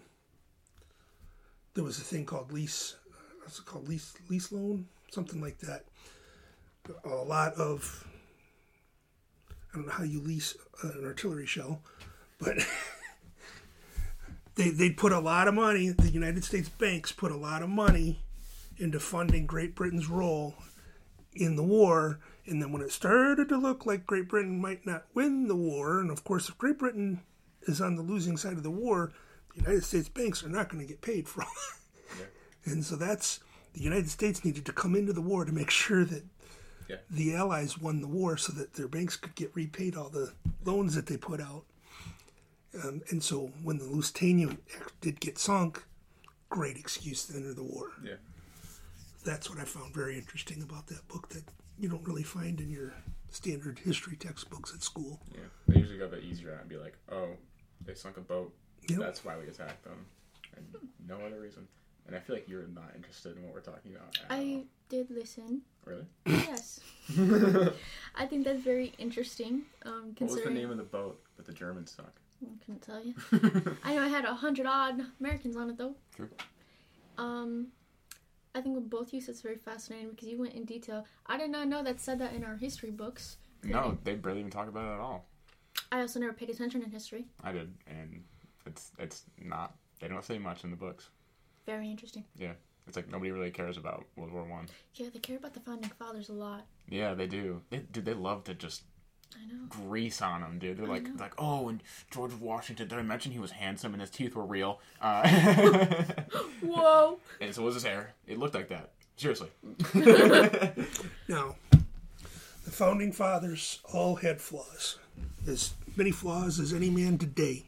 Speaker 3: there was a thing called lease what's it called lease lease loan something like that a lot of i don't know how you lease an artillery shell but they they put a lot of money the united states banks put a lot of money into funding great britain's role in the war and then when it started to look like great britain might not win the war and of course if great britain is on the losing side of the war, the United States banks are not going to get paid for. it. And so that's the United States needed to come into the war to make sure that
Speaker 1: Yeah.
Speaker 3: the Allies won the war so that their banks could get repaid all the loans that they put out. Um, and so when the Lusitania did get sunk, great excuse to enter the war.
Speaker 1: Yeah.
Speaker 3: that's what I found very interesting about that book that you don't really find in your standard history textbooks at school.
Speaker 1: Yeah, they usually go a bit easier out and be like, "Oh, they sunk a boat.
Speaker 3: Yep.
Speaker 1: That's why we attacked them, and no other reason." And I feel like you're not interested in what we're talking about. At
Speaker 2: I
Speaker 1: all.
Speaker 2: did listen.
Speaker 1: really.
Speaker 2: yes.
Speaker 1: what
Speaker 2: I think that's very interesting.
Speaker 1: was
Speaker 2: Um,
Speaker 1: the
Speaker 2: considering
Speaker 1: name of the boat that the Germans sunk?
Speaker 2: I couldn't tell you. I know I had a hundred odd Americans on it though.
Speaker 1: True.
Speaker 2: Um, I think with both you said it's very fascinating because you went in detail. I did not know that said that in our history books.
Speaker 1: no, they barely even talk about it at all.
Speaker 2: I also never paid attention in history.
Speaker 1: I did, and it's it's not. They don't say much in the books.
Speaker 2: Very interesting.
Speaker 1: Yeah, it's like nobody really cares about World War One.
Speaker 2: Yeah, they care about the founding fathers a lot.
Speaker 1: Yeah, they do. They, dude, they love to just
Speaker 2: I know.
Speaker 1: grease on them, dude. They're like, like, oh, and George Washington. Did I mention he was handsome and his teeth were real? Uh,
Speaker 2: Whoa.
Speaker 1: and so was his hair. It looked like that. Seriously.
Speaker 3: Now, the founding fathers all had flaws, as many flaws as any man today.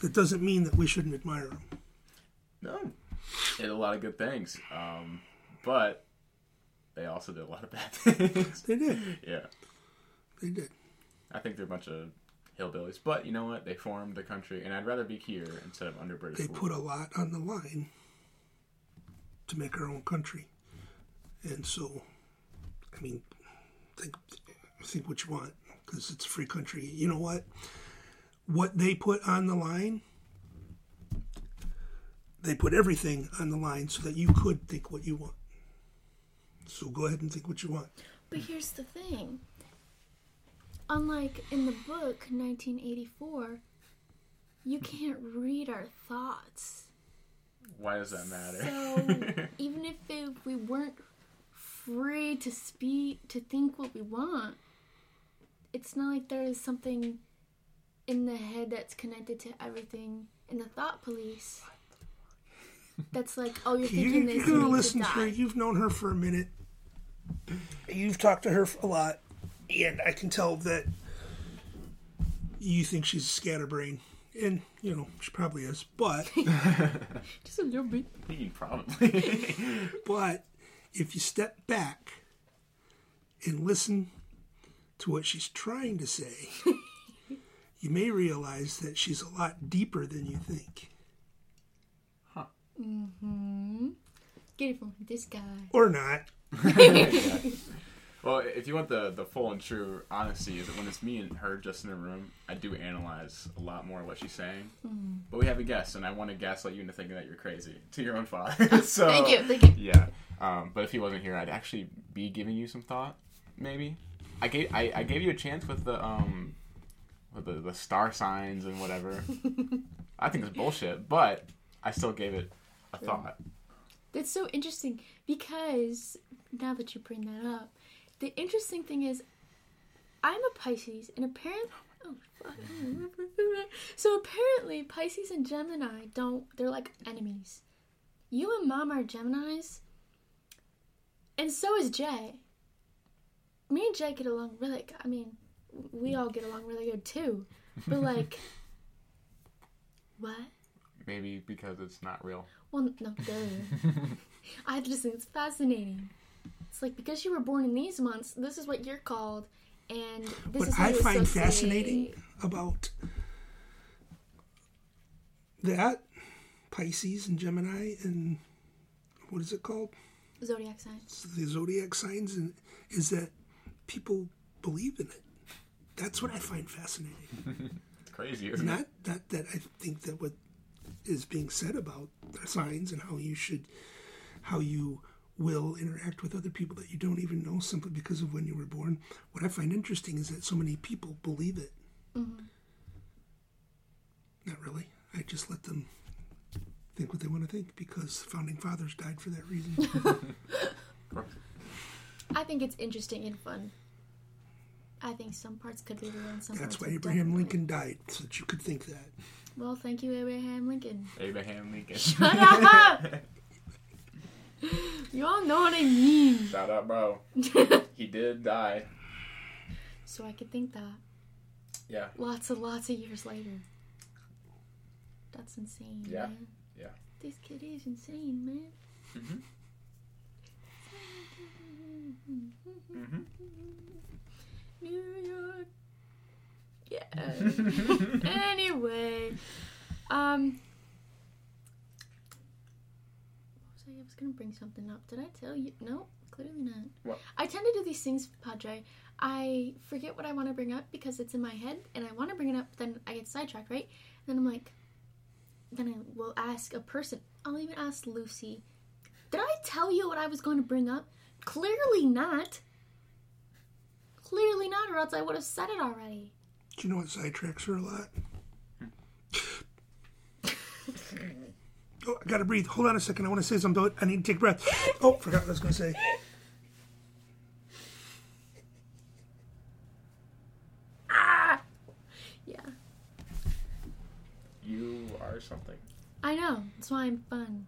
Speaker 3: That doesn't mean that we shouldn't admire them.
Speaker 1: No. They did a lot of good things, um, but they also did a lot of bad things.
Speaker 3: They did.
Speaker 1: yeah,
Speaker 3: They did.
Speaker 1: I think they're a bunch of hillbillies. But you know what? They formed the country, and I'd rather be here instead of under British
Speaker 3: They
Speaker 1: rule.
Speaker 3: put a lot on the line to make our own country, and so, I mean, think think what you want because it's a free country. You know what? What they put on the line, they put everything on the line so that you could think what you want. So go ahead and think what you want.
Speaker 2: But here's the thing. Unlike in the book 1984, you can't read our thoughts.
Speaker 1: Why does that matter?
Speaker 2: So even if it, we weren't free to speak, to think what we want, it's not like there is something in the head that's connected to everything in the thought police. That's like, oh, you're thinking
Speaker 3: You,
Speaker 2: this.
Speaker 3: you're
Speaker 2: You
Speaker 3: gonna
Speaker 2: need
Speaker 3: listen
Speaker 2: to
Speaker 3: to her.
Speaker 2: die.
Speaker 3: You've known her for a minute. You've talked to her a lot, and I can tell that you think she's a scatterbrain, and you know she probably is. But
Speaker 2: Just a little bit.
Speaker 1: Hmm, Probably.
Speaker 3: but if you step back and listen to what she's trying to say, you may realize that she's a lot deeper than you think.
Speaker 2: Get it from this guy.
Speaker 3: Or not.
Speaker 1: Well, if you want the the full and true honesty, is that when it's me and her just in a room, I do analyze a lot more what she's saying.
Speaker 2: Mm-hmm.
Speaker 1: But we have a guest, and I want to gaslight you into thinking that you're crazy to your own father. so
Speaker 2: Thank you, thank you.
Speaker 1: Yeah, um, but if he wasn't here, I'd actually be giving you some thought. Maybe I gave I, I gave you a chance with the um with the, the star signs and whatever. I think it's bullshit, but I still gave it a thought.
Speaker 2: That's so interesting because now that you bring that up, the interesting thing is I'm a Pisces and apparently oh, fuck. so apparently Pisces and Gemini don't they're like enemies. You and Mom are Geminis and so is Jay. Me and Jay get along really I mean we all get along really good too. But like what?
Speaker 1: Maybe because it's not real.
Speaker 2: Well, n- no, duh. I just think it's fascinating. It's like because you were born in these months, this is what you're called, and this is
Speaker 3: what
Speaker 2: how
Speaker 3: I
Speaker 2: you
Speaker 3: find
Speaker 2: associate-
Speaker 3: fascinating about that Pisces and Gemini and what is it called?
Speaker 2: zodiac signs.
Speaker 3: It's the zodiac signs and is that people believe in it. That's what I find fascinating.
Speaker 1: It's crazy, isn't it?
Speaker 3: Not not that I think that what is being said about the signs and how you should how you will interact with other people that you don't even know simply because of when you were born. What I find interesting is that so many people believe it. Not really. I just let them think what they want to think because founding fathers died for that reason.
Speaker 2: I think it's interesting and fun. I think some parts could be real and some
Speaker 3: That's
Speaker 2: parts
Speaker 3: why
Speaker 2: are
Speaker 3: Abraham
Speaker 2: definitely-
Speaker 3: Lincoln died, so that you could think that.
Speaker 2: Well, thank you, Abraham Lincoln.
Speaker 1: Abraham Lincoln.
Speaker 2: Shut up! you all know what I mean.
Speaker 1: Shout out, bro. he did die.
Speaker 2: So I could think that
Speaker 1: Yeah.
Speaker 2: lots and lots of years later. That's insane.
Speaker 1: Yeah.
Speaker 2: man.
Speaker 1: Yeah.
Speaker 2: This kid is insane, man.
Speaker 1: Mm-hmm.
Speaker 2: anyway, um, what was I, I was gonna bring something up. Did I tell you? No, clearly not.
Speaker 1: What?
Speaker 2: I tend to do these things, Padre. I forget what I want to bring up because it's in my head, and I want to bring it up. Then I get sidetracked, right? And then I'm like, then I will ask a person. I'll even ask Lucy. Did I tell you what I was going to bring up? Clearly not. Clearly not, or else I would have said it already.
Speaker 3: Do you know what sidetracks are a lot? Oh, I gotta breathe. Hold on a second. I want to say something. I need to take a breath. Oh, forgot what I was gonna say.
Speaker 2: Yeah,
Speaker 1: You are something.
Speaker 2: I know. That's why I'm fun.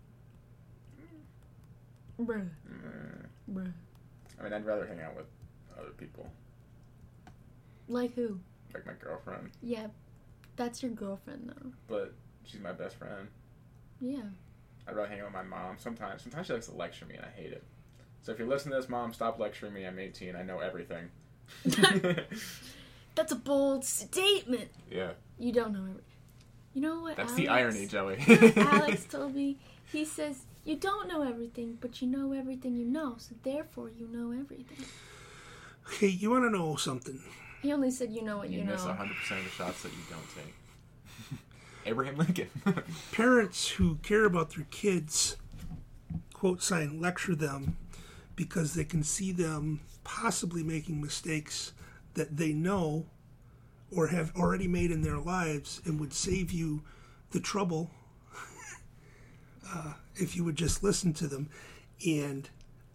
Speaker 2: Bruh.
Speaker 1: Mm,
Speaker 2: Bruh.
Speaker 1: I mean, I'd rather hang out with other people,
Speaker 2: Like who?
Speaker 1: like my girlfriend,
Speaker 2: Yeah, that's your girlfriend though.
Speaker 1: but she's my best friend.
Speaker 2: Yeah.
Speaker 1: I'd rather hang out with my mom sometimes. Sometimes she likes to lecture me, and I hate it. So if you're listening to this, mom, stop lecturing me. I'm 18. I know everything.
Speaker 2: That's a bold statement.
Speaker 1: yeah,
Speaker 2: You don't know every- You know what?
Speaker 1: that's
Speaker 2: Alex,
Speaker 1: the irony, Joey.
Speaker 2: you know what Alex told me. He says you don't know everything, but you know everything you know, so therefore you know everything.
Speaker 3: Hey, you want to know something?
Speaker 2: He only said you know what you,
Speaker 1: You,
Speaker 2: know.
Speaker 1: miss 100 percent of the shots that you don't take. Abraham Lincoln.
Speaker 3: Parents who care about their kids, quote sign, lecture them because they can see them possibly making mistakes that they know or have already made in their lives and would save you the trouble uh, if you would just listen to them. And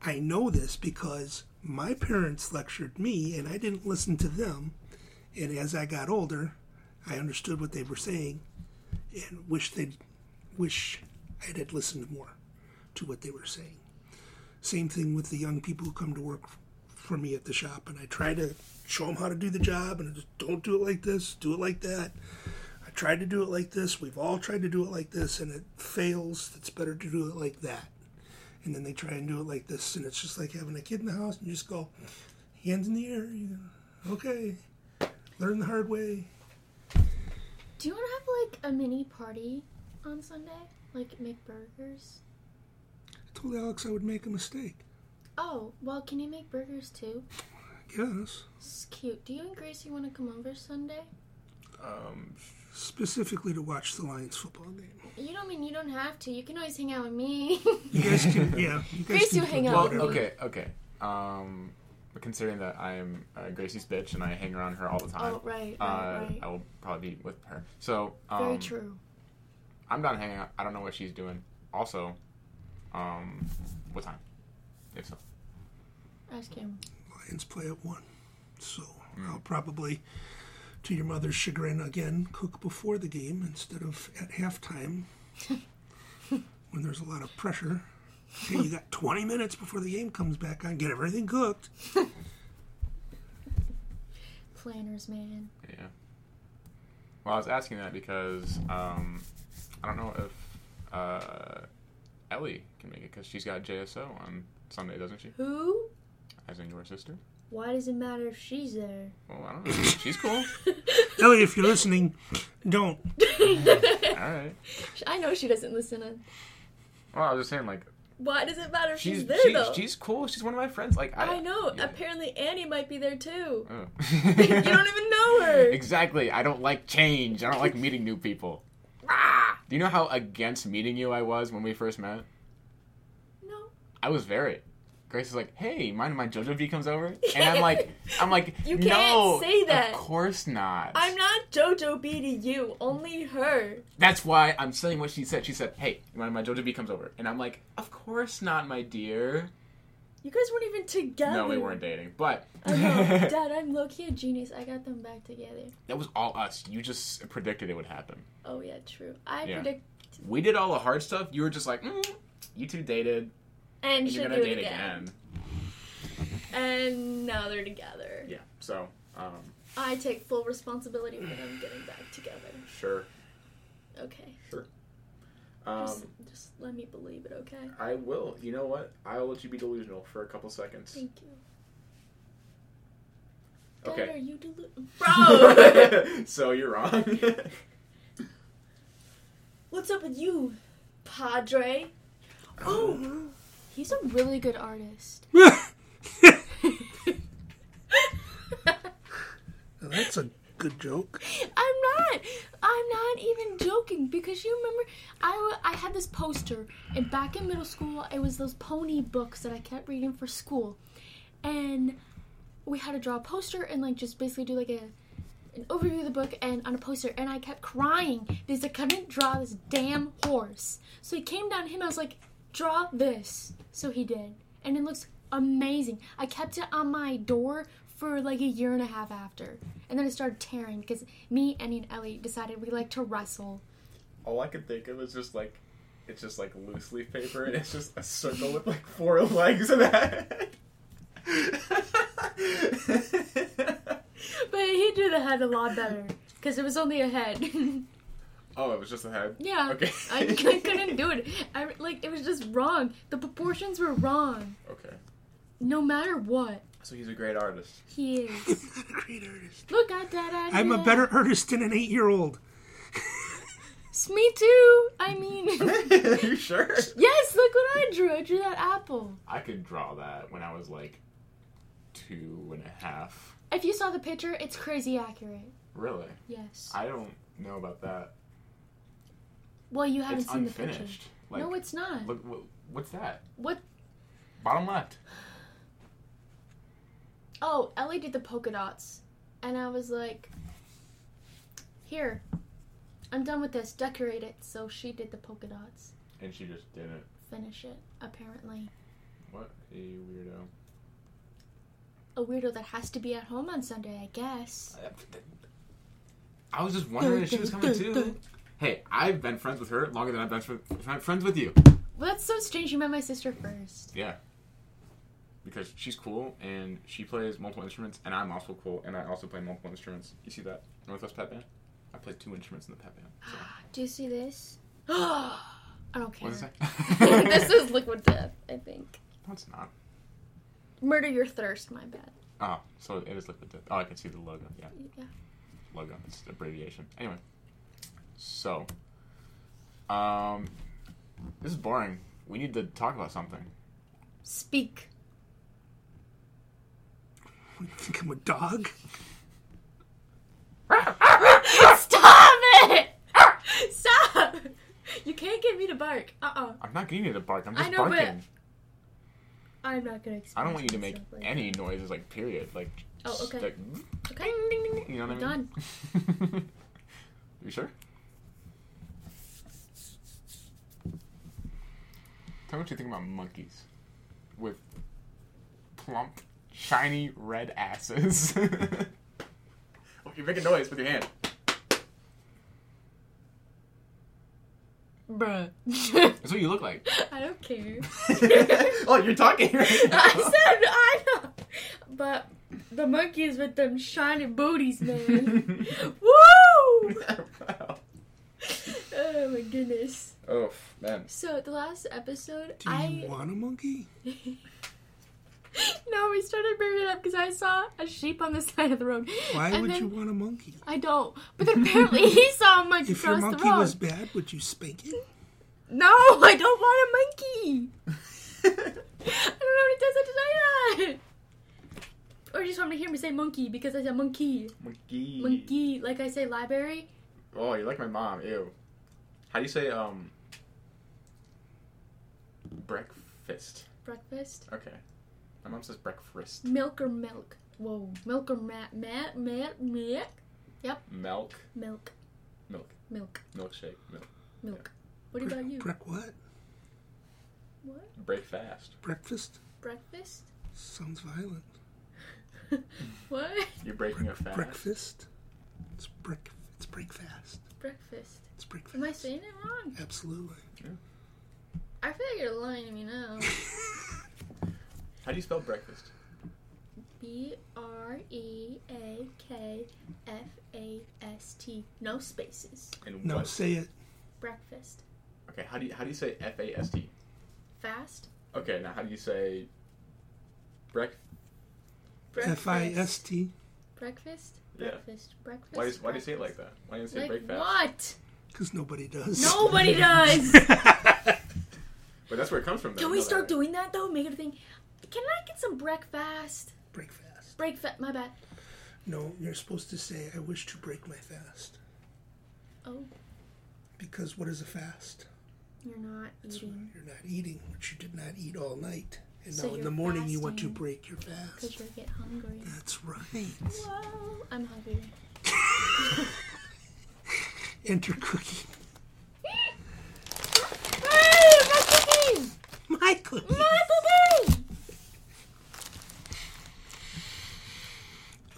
Speaker 3: I know this because my parents lectured me and I didn't listen to them. And as I got older, I understood what they were saying and wish they wish I had listened more to what they were saying. Same thing with the young people who come to work for me at the shop, and I try to show them how to do the job, and I just don't do it like this, do it like that. I tried to do it like this. We've all tried to do it like this, and it fails. It's better to do it like that. And then they try and do it like this, and it's just like having a kid in the house, and you just go, hands in the air. You go, okay, learn the hard way.
Speaker 2: Do you want to have like a mini party on Sunday? Like make burgers?
Speaker 3: I told Alex I would make a mistake.
Speaker 2: Oh, well, can you make burgers too?
Speaker 3: Yes.
Speaker 2: This is cute. Do you and Gracie want to come over Sunday?
Speaker 1: um,
Speaker 3: Specifically to watch the Lions football game.
Speaker 2: You don't mean you don't have to. You can always hang out with me.
Speaker 3: You guys can, yeah. You guys
Speaker 2: Grace,
Speaker 3: can
Speaker 2: you
Speaker 3: do
Speaker 2: hang
Speaker 3: it,
Speaker 2: out
Speaker 1: well,
Speaker 2: with me.
Speaker 3: whatever.
Speaker 1: okay, okay. Um, but considering that I am uh, Gracie's bitch and I hang around her all the time,
Speaker 2: oh, right, right,
Speaker 1: uh,
Speaker 2: right.
Speaker 1: I will probably be with her. So um,
Speaker 2: Very true.
Speaker 1: I'm not hanging out. I don't know what she's doing. Also, um, what time? If so,
Speaker 2: Ask him.
Speaker 3: Lions play at one, so I'll probably, to your mother's chagrin again, cook before the game instead of at halftime, when there's a lot of pressure. Hey, you got 20 minutes before the game comes back on. Get everything cooked.
Speaker 2: Planners, man.
Speaker 1: yeah. Well, I was asking that because um, I don't know if uh, Ellie can make it because she's got JSO on Sunday, doesn't she?
Speaker 2: Who?
Speaker 1: As in your sister.
Speaker 2: Why does it matter if she's there?
Speaker 1: Well, I don't know. She's cool.
Speaker 3: Ellie, if you're listening, don't.
Speaker 1: All right.
Speaker 2: I know she doesn't listen. To...
Speaker 1: Well, I was just saying, like,
Speaker 2: Why does it matter if she's,
Speaker 1: she's
Speaker 2: there
Speaker 1: she's,
Speaker 2: though?
Speaker 1: she's cool. She's one of my friends. Like, I,
Speaker 2: I know.
Speaker 1: Yeah.
Speaker 2: Apparently, Annie might be there too.
Speaker 1: Oh.
Speaker 2: you don't even know her.
Speaker 1: Exactly. I don't like change. I don't like meeting new people.
Speaker 2: Ah!
Speaker 1: Do you know how against meeting you I was when we first met?
Speaker 2: No.
Speaker 1: I was very. Grace is like, "Hey, mind if my JoJo V comes over?" And I'm like, "I'm like,
Speaker 2: You can't
Speaker 1: no,
Speaker 2: say that.
Speaker 1: Of course not.
Speaker 2: I'm not JoJo B to you, only her.
Speaker 1: That's why I'm saying what she said. She said, "Hey, you mind if my JoJo V comes over?" And I'm like, "Of course not, my dear."
Speaker 2: You guys weren't even together.
Speaker 1: No, we weren't dating, but
Speaker 2: I know. Dad, I'm low key a genius. I got them back together.
Speaker 1: that was all us. You just predicted it would happen.
Speaker 2: Oh, yeah, true. I
Speaker 1: Yeah.
Speaker 2: predict.
Speaker 1: We did all the hard stuff. You were just like, mm, "You two dated,
Speaker 2: And
Speaker 1: and you're
Speaker 2: she'll
Speaker 1: gonna
Speaker 2: do
Speaker 1: date
Speaker 2: it again.
Speaker 1: again.
Speaker 2: And now they're together.
Speaker 1: Yeah. So, um,
Speaker 2: I take full responsibility for them getting back together.
Speaker 1: sure.
Speaker 2: Okay.
Speaker 1: Um,
Speaker 2: just, just let me believe it, okay?
Speaker 1: I will. You know what? I'll let you be delusional for a couple seconds.
Speaker 2: Thank you. Dad,
Speaker 1: Okay.
Speaker 2: are you delu- Bro!
Speaker 1: so you're wrong.
Speaker 2: What's up with you, Padre? Oh, he's a really good artist.
Speaker 3: Now, that's a good joke.
Speaker 2: I'm not. I'm not even joking because you remember I, w- I had this poster and back in middle school it was those pony books that I kept reading for school, and we had to draw a poster and like just basically do like a an overview of the book and on a poster and I kept crying because I couldn't draw this damn horse. So he came down to him. I was like, draw this. So he did, and it looks amazing. I kept it on my door for like a year and a half after, and then it started tearing because me, Annie, and Ellie decided we like to wrestle.
Speaker 1: All I could think of is just like, it's just like loose leaf paper, and it's just a circle with like four legs and a head.
Speaker 2: But he did the head a lot better because it was only a head.
Speaker 1: oh, it was just a head.
Speaker 2: yeah,
Speaker 1: Okay.
Speaker 2: I, I couldn't do it. I like it was just wrong. The proportions were wrong.
Speaker 1: Okay.
Speaker 2: No matter what,
Speaker 1: So he's a great artist.
Speaker 2: he is.
Speaker 3: I'm not a great artist.
Speaker 2: Look at that idea.
Speaker 3: I'm a better artist than an eight year old.
Speaker 2: S- Me too. I mean,
Speaker 1: you sure?
Speaker 2: yes. Look what I drew. I drew that apple.
Speaker 1: I could draw that when I was like two and a half.
Speaker 2: If you saw the picture, it's crazy accurate.
Speaker 1: Really?
Speaker 2: Yes.
Speaker 1: I don't know about that.
Speaker 2: Well, you haven't
Speaker 1: it's
Speaker 2: seen the picture.
Speaker 1: unfinished. Like,
Speaker 2: no, it's not.
Speaker 1: look, what, what's that?
Speaker 2: What?
Speaker 1: Bottom left.
Speaker 2: Oh, Ellie did the polka dots, and I was like, "Here, I'm done with this. Decorate it." So she did the polka dots.
Speaker 1: And she just didn't.
Speaker 2: Finish it. Apparently,
Speaker 1: What a weirdo.
Speaker 2: a weirdo that has to be at home on Sunday, I guess.
Speaker 1: I was just wondering if she was coming too. Hey, I've been friends with her longer than I've been fr- friends with you.
Speaker 2: Well, that's so strange. You met my sister first.
Speaker 1: Yeah. Because she's cool and she plays multiple instruments, and I'm also cool and I also play multiple instruments. You see that? Northwest Pet Band? I played two instruments in the Pet Band.
Speaker 2: Do you see this? I don't care.
Speaker 1: What is that?
Speaker 2: this is liquid death. I think.
Speaker 1: No, it's not.
Speaker 2: Murder your thirst. My bad.
Speaker 1: Oh, so it is liquid death. Oh, I can see the logo. Yeah,
Speaker 2: Yeah.
Speaker 1: logo. It's an abbreviation. Anyway, so, um, this is boring. We need to talk about something.
Speaker 2: Speak.
Speaker 3: You think I'm a dog?
Speaker 2: Stop it! Stop! You can't get me to bark. Uh uh
Speaker 1: I'm not getting you to bark. I'm
Speaker 2: I
Speaker 1: just
Speaker 2: know, but
Speaker 1: barking.
Speaker 2: I'm not gonna
Speaker 1: I
Speaker 2: explain.
Speaker 1: don't want you to make any noises, like period. Like,
Speaker 2: Oh,
Speaker 1: just,
Speaker 2: okay.
Speaker 1: like,
Speaker 2: Okay.
Speaker 1: you know what I mean?
Speaker 2: Done.
Speaker 1: Done. you sure? Tell me what you think about monkeys with plump, shiny red asses. oh, you make a noise with your hand.
Speaker 2: Bruh.
Speaker 1: That's what you look like.
Speaker 2: I don't care.
Speaker 1: oh, you're talking. Right now.
Speaker 2: I said I know. But the monkeys with them shiny booties, man. Woo!
Speaker 1: Wow.
Speaker 2: Oh my goodness.
Speaker 1: Oh man.
Speaker 2: So the last episode,
Speaker 3: Do
Speaker 2: I
Speaker 3: you want a monkey?
Speaker 2: no, we started bringing it up because I saw a sheep on the side of the road.
Speaker 3: Why
Speaker 2: And
Speaker 3: would
Speaker 2: then-
Speaker 3: you want a monkey?
Speaker 2: I don't. But then apparently he saw a monkey
Speaker 3: If your
Speaker 2: cross
Speaker 3: monkey
Speaker 2: the road.
Speaker 3: was bad, would you spank it?
Speaker 2: No, I don't want a monkey. I don't know what it does to say that. Or you just want me to hear me say monkey because I said monkey.
Speaker 1: Monkey.
Speaker 2: Monkey, like I say library.
Speaker 1: Oh, you're like my mom. Ew. How do you say um? Breakfast.
Speaker 2: Breakfast.
Speaker 1: Okay. My mom says breakfast.
Speaker 2: Milk or milk. Whoa. Milk or mat, mat, mat, milk.
Speaker 1: Milk.
Speaker 2: Milk.
Speaker 1: Milk.
Speaker 2: Milk.
Speaker 1: Milkshake. Milk.
Speaker 2: Milk. What about you?
Speaker 3: Breck what?
Speaker 2: What?
Speaker 1: Break fast.
Speaker 3: Breakfast?
Speaker 2: Breakfast?
Speaker 3: Sounds violent.
Speaker 2: What?
Speaker 1: You're breaking a fast.
Speaker 3: Breakfast? It's break. It's breakfast.
Speaker 2: Breakfast.
Speaker 3: It's breakfast.
Speaker 2: Am I saying it wrong?
Speaker 3: Absolutely.
Speaker 2: I feel like you're lying to me now.
Speaker 1: How do you spell breakfast?
Speaker 2: B R E A K F A S T. No spaces.
Speaker 1: And
Speaker 3: No,
Speaker 1: what?
Speaker 3: say it.
Speaker 2: Breakfast.
Speaker 1: Okay. How do you how do you say F A S T?
Speaker 2: Fast.
Speaker 1: Okay. Now how do you say? Break.
Speaker 2: Breakfast.
Speaker 3: F I S T.
Speaker 2: Breakfast?
Speaker 1: Yeah.
Speaker 2: Breakfast. Breakfast.
Speaker 1: Why, is, why do you say it like that? Why do you say
Speaker 2: Like
Speaker 1: breakfast?
Speaker 2: what?
Speaker 3: because nobody does.
Speaker 2: Nobody does.
Speaker 1: But that's where it comes from. though, uh, you
Speaker 2: Can we
Speaker 1: know that,
Speaker 2: start
Speaker 1: right?
Speaker 2: doing that though? Make it a thing. Can I get some breakfast?
Speaker 3: break fast.
Speaker 2: Breakfast. My bad.
Speaker 3: No, you're supposed to say, "I wish to break my fast,"
Speaker 2: Oh,
Speaker 3: because what is a fast?
Speaker 2: you're not eating
Speaker 3: You're not eating, which you did not eat all night, and
Speaker 2: So
Speaker 3: now in
Speaker 2: you're
Speaker 3: the morning you want to
Speaker 2: fasting.
Speaker 3: break your
Speaker 2: because
Speaker 3: fast.
Speaker 2: you get hungry.
Speaker 3: That's right.
Speaker 2: Whoa, I'm hungry.
Speaker 3: Enter cookie.
Speaker 2: Hey, my cookies!
Speaker 3: My cookie.
Speaker 2: My cookies!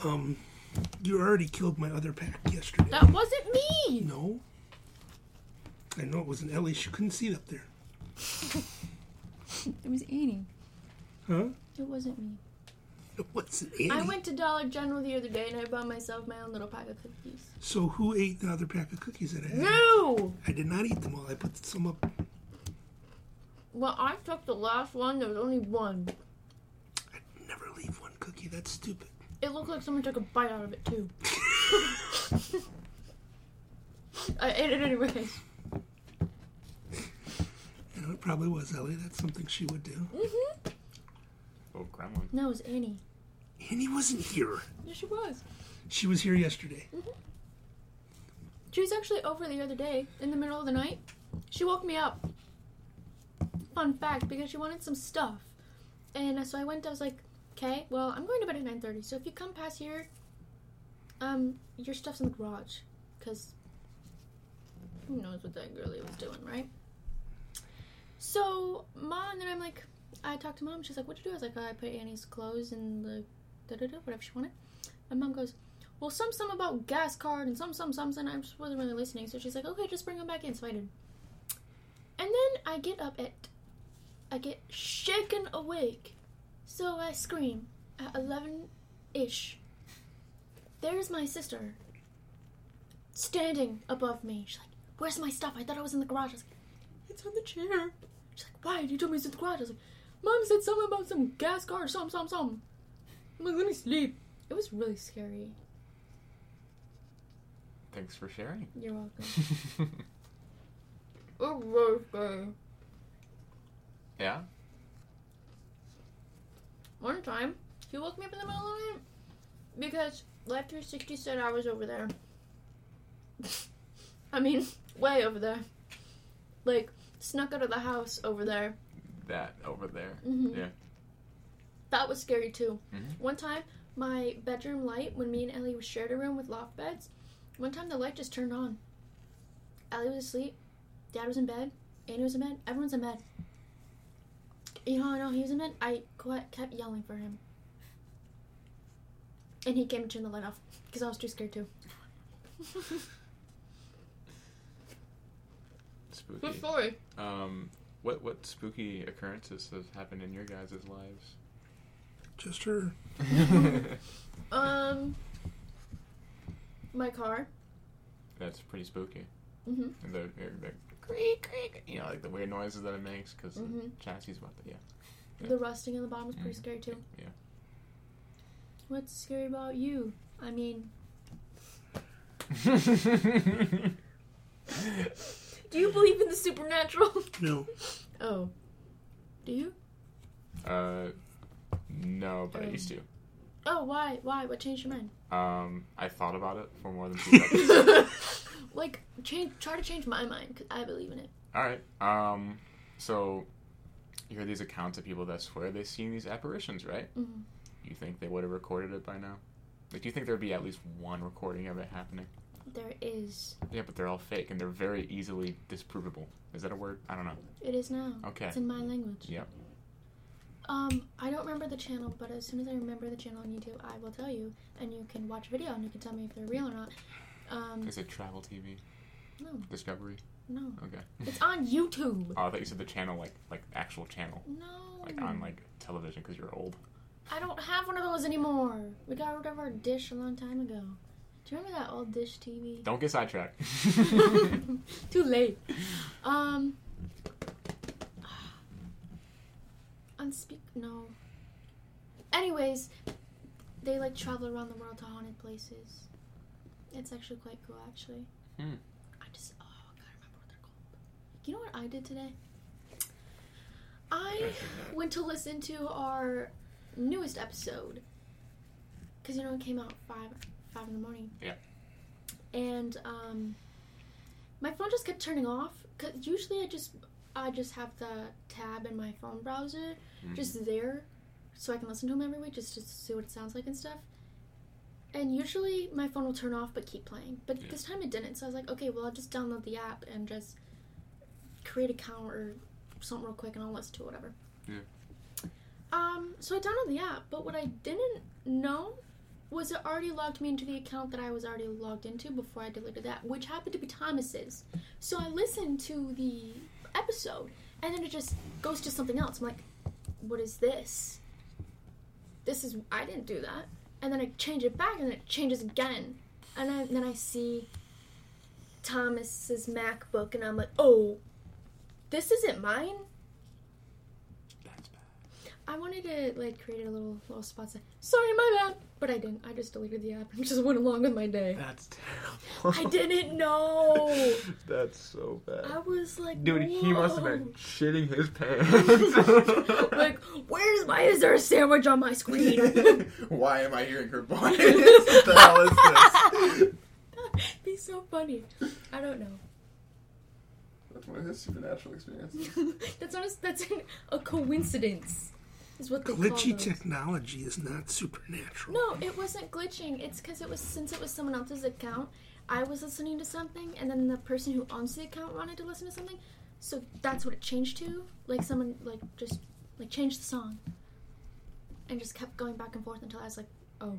Speaker 3: Um, you already killed my other pack yesterday.
Speaker 2: That wasn't me.
Speaker 3: No. I know it was an Ellie. She couldn't see it up there.
Speaker 2: It was Annie.
Speaker 3: Huh?
Speaker 2: It wasn't me.
Speaker 3: What's an Annie?
Speaker 2: I went to Dollar General the other day and I bought myself my own little pack of cookies.
Speaker 3: So who ate the other pack of cookies that I had?
Speaker 2: No.
Speaker 3: I did not eat them all. I put some up.
Speaker 2: Well, I took the last one. There was only one.
Speaker 3: I never leave one cookie. That's stupid.
Speaker 2: It looked like someone took a bite out of it too. I ate it anyways.
Speaker 3: You know, it probably was Ellie. That's something she would do.
Speaker 2: Mm-hmm.
Speaker 1: Oh, gremlin.
Speaker 2: No, it was Annie.
Speaker 3: Annie wasn't here.
Speaker 2: Yes, she was.
Speaker 3: She was here yesterday.
Speaker 2: She was actually over the other day in the middle of the night. She woke me up. Fun fact, because she wanted some stuff, and uh, so I went. I was like, "Okay, well, I'm going to bed at 9:30. So if you come past here, um, your stuff's in the garage, because who knows what that girlie was doing, right?" So mom, and then I'm like, I talked to mom. She's like, "What'd you do?" I was like, "Oh, "I put Annie's clothes in the da da da whatever she wanted." My mom goes, well, some some about gas card and some some some, and I just wasn't really listening. So she's like, okay, just bring them back in. So I did. And then I get up at, I get shaken awake, so I scream at eleven ish. There's my sister. Standing above me, she's like, "Where's my stuff? I thought I was in the garage." I was like, "It's on the chair." She's like, "Why? You told me it's in the garage." I was like, "Mom said something about some gas card, some some some." I'm like, "Let me sleep." It was really scary.
Speaker 1: Thanks for sharing.
Speaker 2: You're welcome. It was scary.
Speaker 1: yeah?
Speaker 2: One time, he woke me up in the middle of the night because Life 360 said I was over there. I mean, way over there. Like, snuck out of the house over there.
Speaker 1: That over there.
Speaker 2: Mhm.
Speaker 1: Yeah.
Speaker 2: That was scary too.
Speaker 1: Mhm.
Speaker 2: One time, my bedroom light, when me and Ellie was shared a room with loft beds, one time the light just turned on. Ellie was asleep, Dad was in bed, Annie was in bed, everyone's in bed. You know, I know he was in bed. I qu- kept yelling for him, and he came and turned the light off because I was too scared too.
Speaker 1: Spooky.
Speaker 2: story.
Speaker 1: Um, what, what spooky occurrences have happened in your guys' lives?
Speaker 3: Just her.
Speaker 2: Um, my car.
Speaker 1: That's pretty spooky.
Speaker 2: Mhm.
Speaker 1: And the, er, the, the creak, creak, Mm-hmm. you know, like the weird noises that it makes because the
Speaker 2: Mhm.
Speaker 1: chassis is about to, yeah.
Speaker 2: The rusting in the bottom was pretty
Speaker 1: Mhm.
Speaker 2: scary too.
Speaker 1: Yeah.
Speaker 2: What's scary about you? I mean, Do you believe in the supernatural?
Speaker 3: No.
Speaker 2: Oh. Do you?
Speaker 1: uh, no, but I
Speaker 2: Um.
Speaker 1: used to.
Speaker 2: Oh, why? Why? What changed your mind?
Speaker 1: Um, I thought about it for more than two seconds.
Speaker 2: like, change. Try to change my mind because I believe in it.
Speaker 1: All right. Um, so you hear these accounts of people that swear they've seen these apparitions, right?
Speaker 2: Mhm.
Speaker 1: You think they would have recorded it by now? Like, do you think there'd be at least one recording of it happening?
Speaker 2: There is.
Speaker 1: Yeah, but they're all fake and they're very easily disprovable. Is that a word? I don't know.
Speaker 2: It is now.
Speaker 1: Okay.
Speaker 2: It's in my language.
Speaker 1: Yep.
Speaker 2: Um, I don't remember the channel, but as soon as I remember the channel on YouTube, I will tell you, and you can watch a video and you can tell me if they're real or not. Um,
Speaker 1: Is it Travel TV?
Speaker 2: No.
Speaker 1: Discovery.
Speaker 2: no.
Speaker 1: Okay.
Speaker 2: It's on YouTube.
Speaker 1: Oh, I thought you said the channel, like like actual channel,
Speaker 2: No.
Speaker 1: like on like television, because you're old.
Speaker 2: I don't have one of those anymore. We got rid of our dish a long time ago. Do you remember that old dish TV?
Speaker 1: Don't get sidetracked.
Speaker 2: Too late. Um. Unspeak. No. Anyways, they like travel around the world to haunted places. It's actually quite cool, actually.
Speaker 1: Hmm.
Speaker 2: I just oh, I gotta remember what they're called. You know what I did today? I went to listen to our newest episode because you know it came out five five in the morning.
Speaker 1: Yeah.
Speaker 2: And um, my phone just kept turning off because usually I just I just have the tab in my phone browser
Speaker 1: Mhm.
Speaker 2: just there so I can listen to them every week just to see what it sounds like and stuff. And usually my phone will turn off but keep playing. But
Speaker 1: Yeah.
Speaker 2: this time it didn't, so I was like, okay, well I'll just download the app and just create an account or something real quick and I'll listen to it, whatever.
Speaker 1: Yeah.
Speaker 2: Um, so I downloaded the app, but what I didn't know was it already logged me into the account that I was already logged into before I deleted that, which happened to be Thomas's. So I listened to the episode and then it just goes to something else. I'm like, what is this? This is I didn't do that. And then I change it back, and it changes again. And I, then I see Thomas's MacBook, and I'm like, oh, this isn't mine.
Speaker 1: That's bad.
Speaker 2: I wanted to like create a little little spot. Say, Sorry, my bad. But I didn't. I just deleted the app and just went along with my day.
Speaker 1: That's terrible.
Speaker 2: I didn't know.
Speaker 1: That's so bad.
Speaker 2: I was like,
Speaker 1: Dude, he must have
Speaker 2: "Whoa."
Speaker 1: been shitting his pants.
Speaker 2: like, where's my? Is there a sandwich on my screen?
Speaker 1: Why am I hearing her voice? what the hell is this?
Speaker 2: be so funny. I don't know.
Speaker 1: That's one of his supernatural experiences.
Speaker 2: that's not. A, that's a coincidence. Is what they call
Speaker 3: Glitchy
Speaker 2: those.
Speaker 3: technology is not supernatural.
Speaker 2: No, it wasn't glitching. It's because it was since it was someone else's account. I was listening to something, and then the person who owns the account wanted to listen to something, so that's what it changed to. Like someone like just like changed the song, and just kept going back and forth until I was like, oh,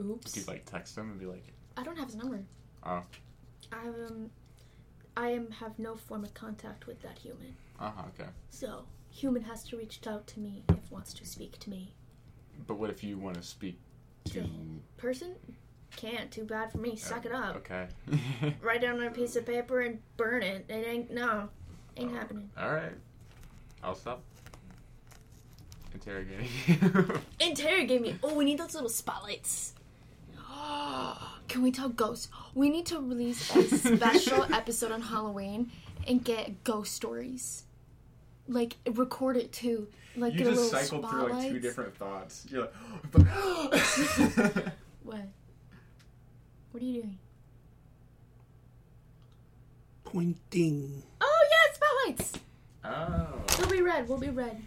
Speaker 2: oops.
Speaker 1: He'd like text him and be like,
Speaker 2: I don't have his number.
Speaker 1: Oh.
Speaker 2: I um, I am have no form of contact with that human.
Speaker 1: uh huh, okay.
Speaker 2: So human has to reach out to me if wants to speak to me.
Speaker 1: But what if you want to speak to.
Speaker 2: Person can't. Too bad for me. Suck it up.
Speaker 1: Okay.
Speaker 2: Write down on a piece of paper and burn it. It ain't no, ain't
Speaker 1: Oh.
Speaker 2: happening.
Speaker 1: Alright. I'll stop interrogating you.
Speaker 2: Interrogate me. Oh, we need those little spotlights. Can we tell ghosts? We need to release a special episode on Halloween and get ghost stories. Like record it too. Like
Speaker 1: you
Speaker 2: get
Speaker 1: just
Speaker 2: a little
Speaker 1: cycled through like two
Speaker 2: spotlights.
Speaker 1: different thoughts. You're like,
Speaker 2: What? What are you doing?
Speaker 3: Pointing.
Speaker 2: Oh yeah, spotlights.
Speaker 1: oh,
Speaker 2: We'll be red. We'll be red.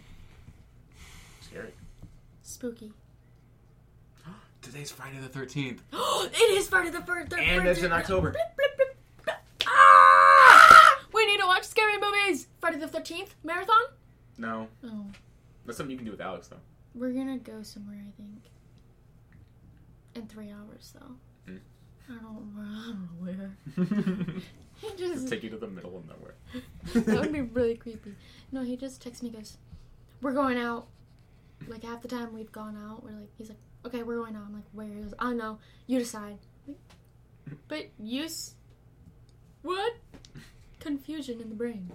Speaker 1: scary.
Speaker 2: Spooky.
Speaker 1: Today's Friday the 13th.
Speaker 2: it is Friday the Third.
Speaker 1: And it's in October.
Speaker 2: Ah! We need to watch scary movies. Friday the Thirteenth marathon.
Speaker 1: No,
Speaker 2: Oh,
Speaker 1: that's something you can do with Alex though.
Speaker 2: we're gonna go somewhere. I think. In three hours, though.
Speaker 1: Mm.
Speaker 2: I don't. I don't know where. He
Speaker 1: Just
Speaker 2: just.
Speaker 1: take you to the middle of nowhere.
Speaker 2: that would be really creepy. No, he just texts me. Goes, we're going out. Like half the time we've gone out, we're like, he's like, okay, we're going out. I'm like, where? He goes, I don't know. You decide. Like, but you. S- what? Confusion in the brain.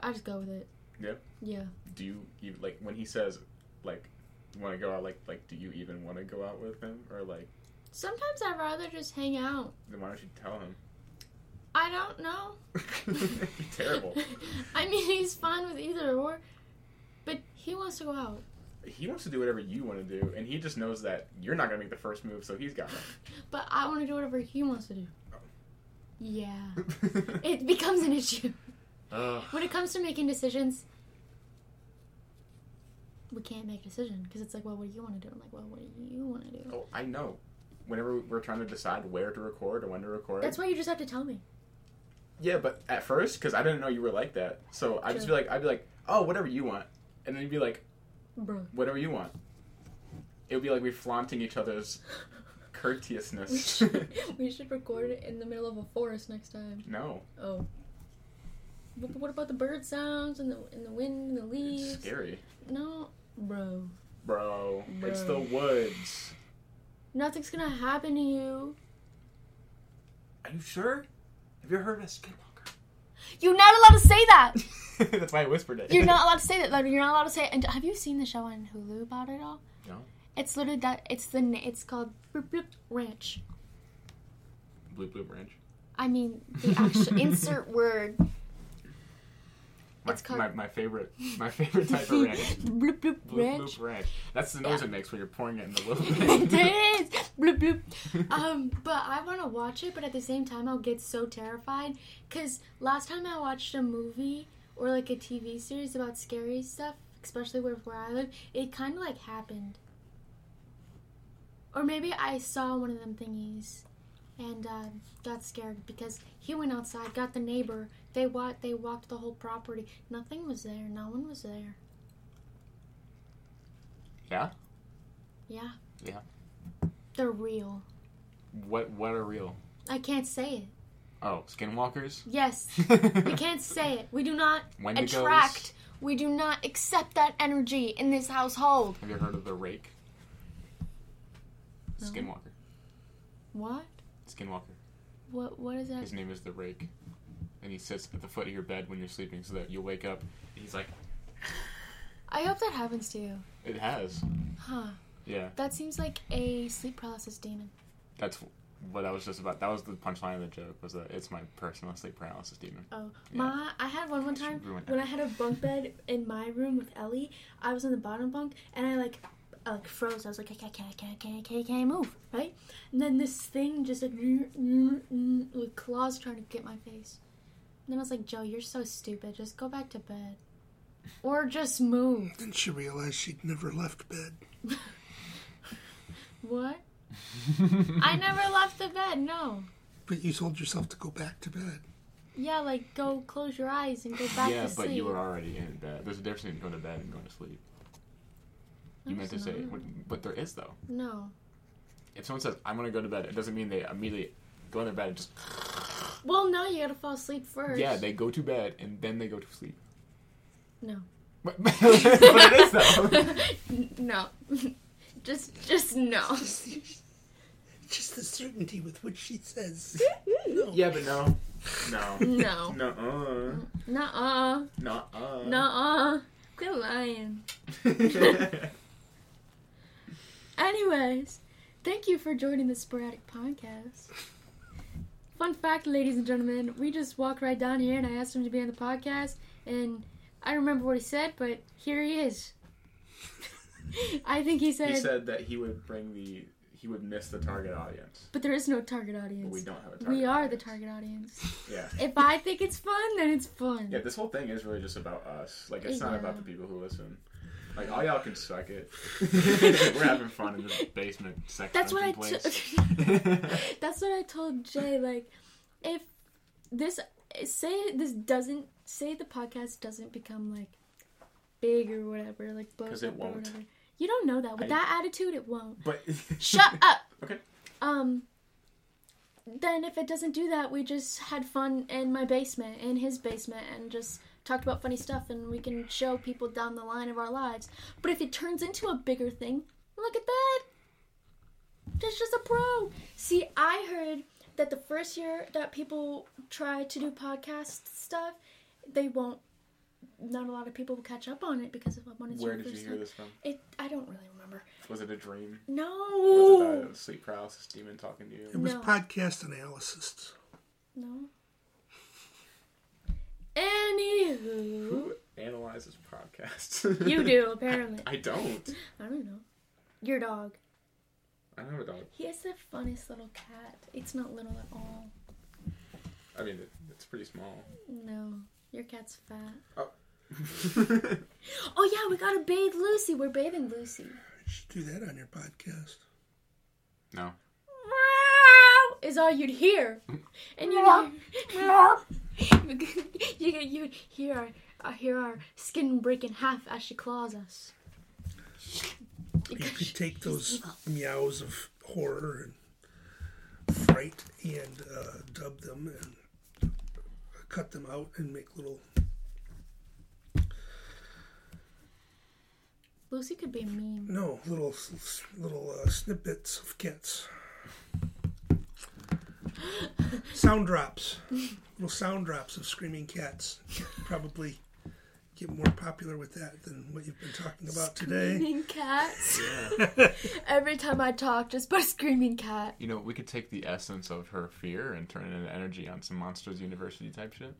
Speaker 2: I just go with it.
Speaker 1: Yeah.
Speaker 2: Yeah.
Speaker 1: do you even like when he says like want to go out like like do you even want to go out with him or like
Speaker 2: Sometimes I'd rather just hang out.
Speaker 1: then why don't you tell him?
Speaker 2: I don't know.
Speaker 1: Terrible.
Speaker 2: I mean, he's fine with either or, but he wants to go out.
Speaker 1: He wants to do whatever you want to do, and he just knows that you're not gonna make the first move, so he's got
Speaker 2: But I want to do whatever he wants to do.
Speaker 1: Oh.
Speaker 2: Yeah.
Speaker 1: it.
Speaker 2: It becomes an issue.
Speaker 1: Ugh.
Speaker 2: When it comes to making decisions, we can't make a decision because it's like, well, what do you want to do? I'm like, well, what do you want to do?
Speaker 1: Oh, I know. Whenever we're trying to decide where to record or when to record,
Speaker 2: That's why you just have to tell me.
Speaker 1: yeah. But at first, because I didn't know you were like that, so I'd just be
Speaker 2: True.
Speaker 1: like, I'd be like, oh, whatever you want, and then you'd be like,
Speaker 2: Bro.
Speaker 1: whatever you want. It would be like we flaunting each other's
Speaker 2: We
Speaker 1: courteousness.
Speaker 2: should, we should record it in the middle of a forest next time.
Speaker 1: no,
Speaker 2: Oh. But what about the bird sounds and the and the wind and
Speaker 1: it's
Speaker 2: the leaves?
Speaker 1: scary,
Speaker 2: No, bro.
Speaker 1: bro. It's the
Speaker 2: Bro.
Speaker 1: woods.
Speaker 2: Nothing's gonna happen to you.
Speaker 1: Are you sure? Have you heard of a skinwalker?
Speaker 2: You're not allowed to say that.
Speaker 1: That's why I whispered it.
Speaker 2: You're not allowed to say that. Like, you're not allowed to say it. And have you seen the show on Hulu about it all?
Speaker 1: No.
Speaker 2: It's literally that. It's the. na- It's called Bloop Bloop Ranch.
Speaker 1: Blue Blue Ranch.
Speaker 2: I mean, the actual insert word.
Speaker 1: My,
Speaker 2: It's called-
Speaker 1: my, my favorite my favorite type of ranch.
Speaker 2: Bloop Bloop
Speaker 1: Blue
Speaker 2: Ranch.
Speaker 1: Blue Ranch. That's the noise
Speaker 2: Yeah.
Speaker 1: it makes when you're pouring it in the
Speaker 2: it
Speaker 1: little thing.
Speaker 2: is. Bloop bloop. Um, but I want to watch it, but at the same time, I'll get so terrified because last time I watched a movie or like a TV series about scary stuff, especially where where I live, it kind of like happened. Or maybe I saw one of them thingies and uh, got scared because he went outside, got the neighbor. They wa- they walked the whole property. Nothing was there. No one was there.
Speaker 1: yeah.
Speaker 2: Yeah.
Speaker 1: Yeah.
Speaker 2: They're real.
Speaker 1: What what are real?
Speaker 2: I can't say it.
Speaker 1: Oh, skinwalkers.
Speaker 2: Yes. We can't say it. We do not
Speaker 1: Wendigos.
Speaker 2: attract. We do not accept that energy in this household.
Speaker 1: Have you heard of the rake? Skinwalker.
Speaker 2: What?
Speaker 1: Skinwalker.
Speaker 2: What? What is that?
Speaker 1: His name is the Rake, and he sits at the foot of your bed when you're sleeping, so that you wake up. And he's like,
Speaker 2: I hope that happens to you.
Speaker 1: "It has."
Speaker 2: Huh?
Speaker 1: Yeah,
Speaker 2: That seems like a sleep paralysis demon.
Speaker 1: that's what I was just about. That was the punchline of the joke. Was that it's my personal sleep paralysis demon.
Speaker 2: Oh,
Speaker 1: Yeah.
Speaker 2: my! I had one one time
Speaker 1: ruined
Speaker 2: when I had a bunk bed in my room with Ellie. I was in the bottom bunk and I like, I, like froze. I was like, I can't, I can't, I can't, I can't, I can't move, right? And then this thing just like, mm, with claws trying to get my face. And then I was like, Joe, you're so stupid. Just go back to bed, or just move.
Speaker 3: Then she realized she'd never left bed.
Speaker 2: What? I never left the bed. No.
Speaker 3: But you told yourself to go back to bed.
Speaker 2: Yeah, like go close your eyes and go back
Speaker 1: yeah,
Speaker 2: to sleep.
Speaker 1: but you were already in bed. There's a difference between going to bed and going to sleep. You meant to say, what- but there is though.
Speaker 2: No.
Speaker 1: If someone says, "I'm gonna go to bed," it doesn't mean they immediately go in their bed and just.
Speaker 2: Well, no, you gotta fall asleep first.
Speaker 1: Yeah, they go to bed and then they go to sleep.
Speaker 2: No.
Speaker 1: But, but it is though.
Speaker 2: N- no. just just no.
Speaker 3: Just the certainty with which she says. No.
Speaker 1: yeah, but no, no,
Speaker 2: No.
Speaker 1: no, uh,
Speaker 2: Nuh-uh.
Speaker 1: no, uh,
Speaker 2: Nuh-uh. Quit lying. Anyways, thank you for joining the sporadic podcast. Fun fact, ladies and gentlemen, we just walked right down here and I asked him to be on the podcast and I don't remember what he said, but here he is. I think he said,
Speaker 1: He said that he would bring the he would miss the target audience,
Speaker 2: but there is no target
Speaker 1: but we
Speaker 2: audience.
Speaker 1: don't have a target.
Speaker 2: We are the
Speaker 1: audience.
Speaker 2: target audience.
Speaker 1: Yeah,
Speaker 2: If I think it's fun, then it's fun.
Speaker 1: yeah. This whole thing is really just about us. Like it's not
Speaker 2: Yeah.
Speaker 1: about the people who listen. Like all y'all can suck it. We're having fun in this basement sex
Speaker 2: That's what I
Speaker 1: dungeon
Speaker 2: took.
Speaker 1: place.
Speaker 2: That's what I told Jay. Like, if this say this doesn't say the podcast doesn't become like big or whatever, like blows
Speaker 1: 'Cause it
Speaker 2: up or
Speaker 1: won't.
Speaker 2: whatever. You don't know that with
Speaker 1: I-
Speaker 2: that attitude, it won't.
Speaker 1: but
Speaker 2: Shut up.
Speaker 1: Okay.
Speaker 2: Um. Then if it doesn't do that, we just had fun in my basement, in his basement, and just talked about funny stuff, and we can show people down the line of our lives. But if it turns into a bigger thing, look at that. That's just a pro. See, I heard that the first year that people try to do podcast stuff, they won't. Not a lot of people will catch up on it because of when it's
Speaker 1: Where
Speaker 2: your
Speaker 1: did you
Speaker 2: first
Speaker 1: hear
Speaker 2: time.
Speaker 1: this from?
Speaker 2: It. I don't really remember.
Speaker 1: Was it a dream? Was it
Speaker 2: No.
Speaker 1: about a sleep paralysis demon talking to
Speaker 3: It
Speaker 1: you?
Speaker 3: was
Speaker 2: No.
Speaker 3: podcast analysis.
Speaker 2: No. Anywho,
Speaker 1: Who analyzes podcasts?
Speaker 2: you do apparently.
Speaker 1: I don't.
Speaker 2: I don't know. Your dog.
Speaker 1: I don't have a dog.
Speaker 2: He has the funniest little cat. It's not little at all.
Speaker 1: I mean, it, it's pretty small.
Speaker 2: No, your cat's fat.
Speaker 1: Oh.
Speaker 2: Oh yeah, we gotta bathe Lucy. We're bathing Lucy.
Speaker 3: You should do that on your podcast.
Speaker 1: no.
Speaker 2: Meow Is all you'd hear, and you you you hear our, uh, hear our skin break in half as she claws us.
Speaker 3: You could take those meows of horror and fright and uh, dub them and cut them out and make little.
Speaker 2: Lucy could be a meme.
Speaker 3: No, little s- s- little uh, snippets of cats. sound drops, little sound drops of screaming cats. Probably get more popular with that than what you've been talking about today.
Speaker 2: Screaming cats. Every time I talk, just put a screaming cat.
Speaker 1: You know, we could take the essence of her fear and turn it into energy on some Monsters University type shit.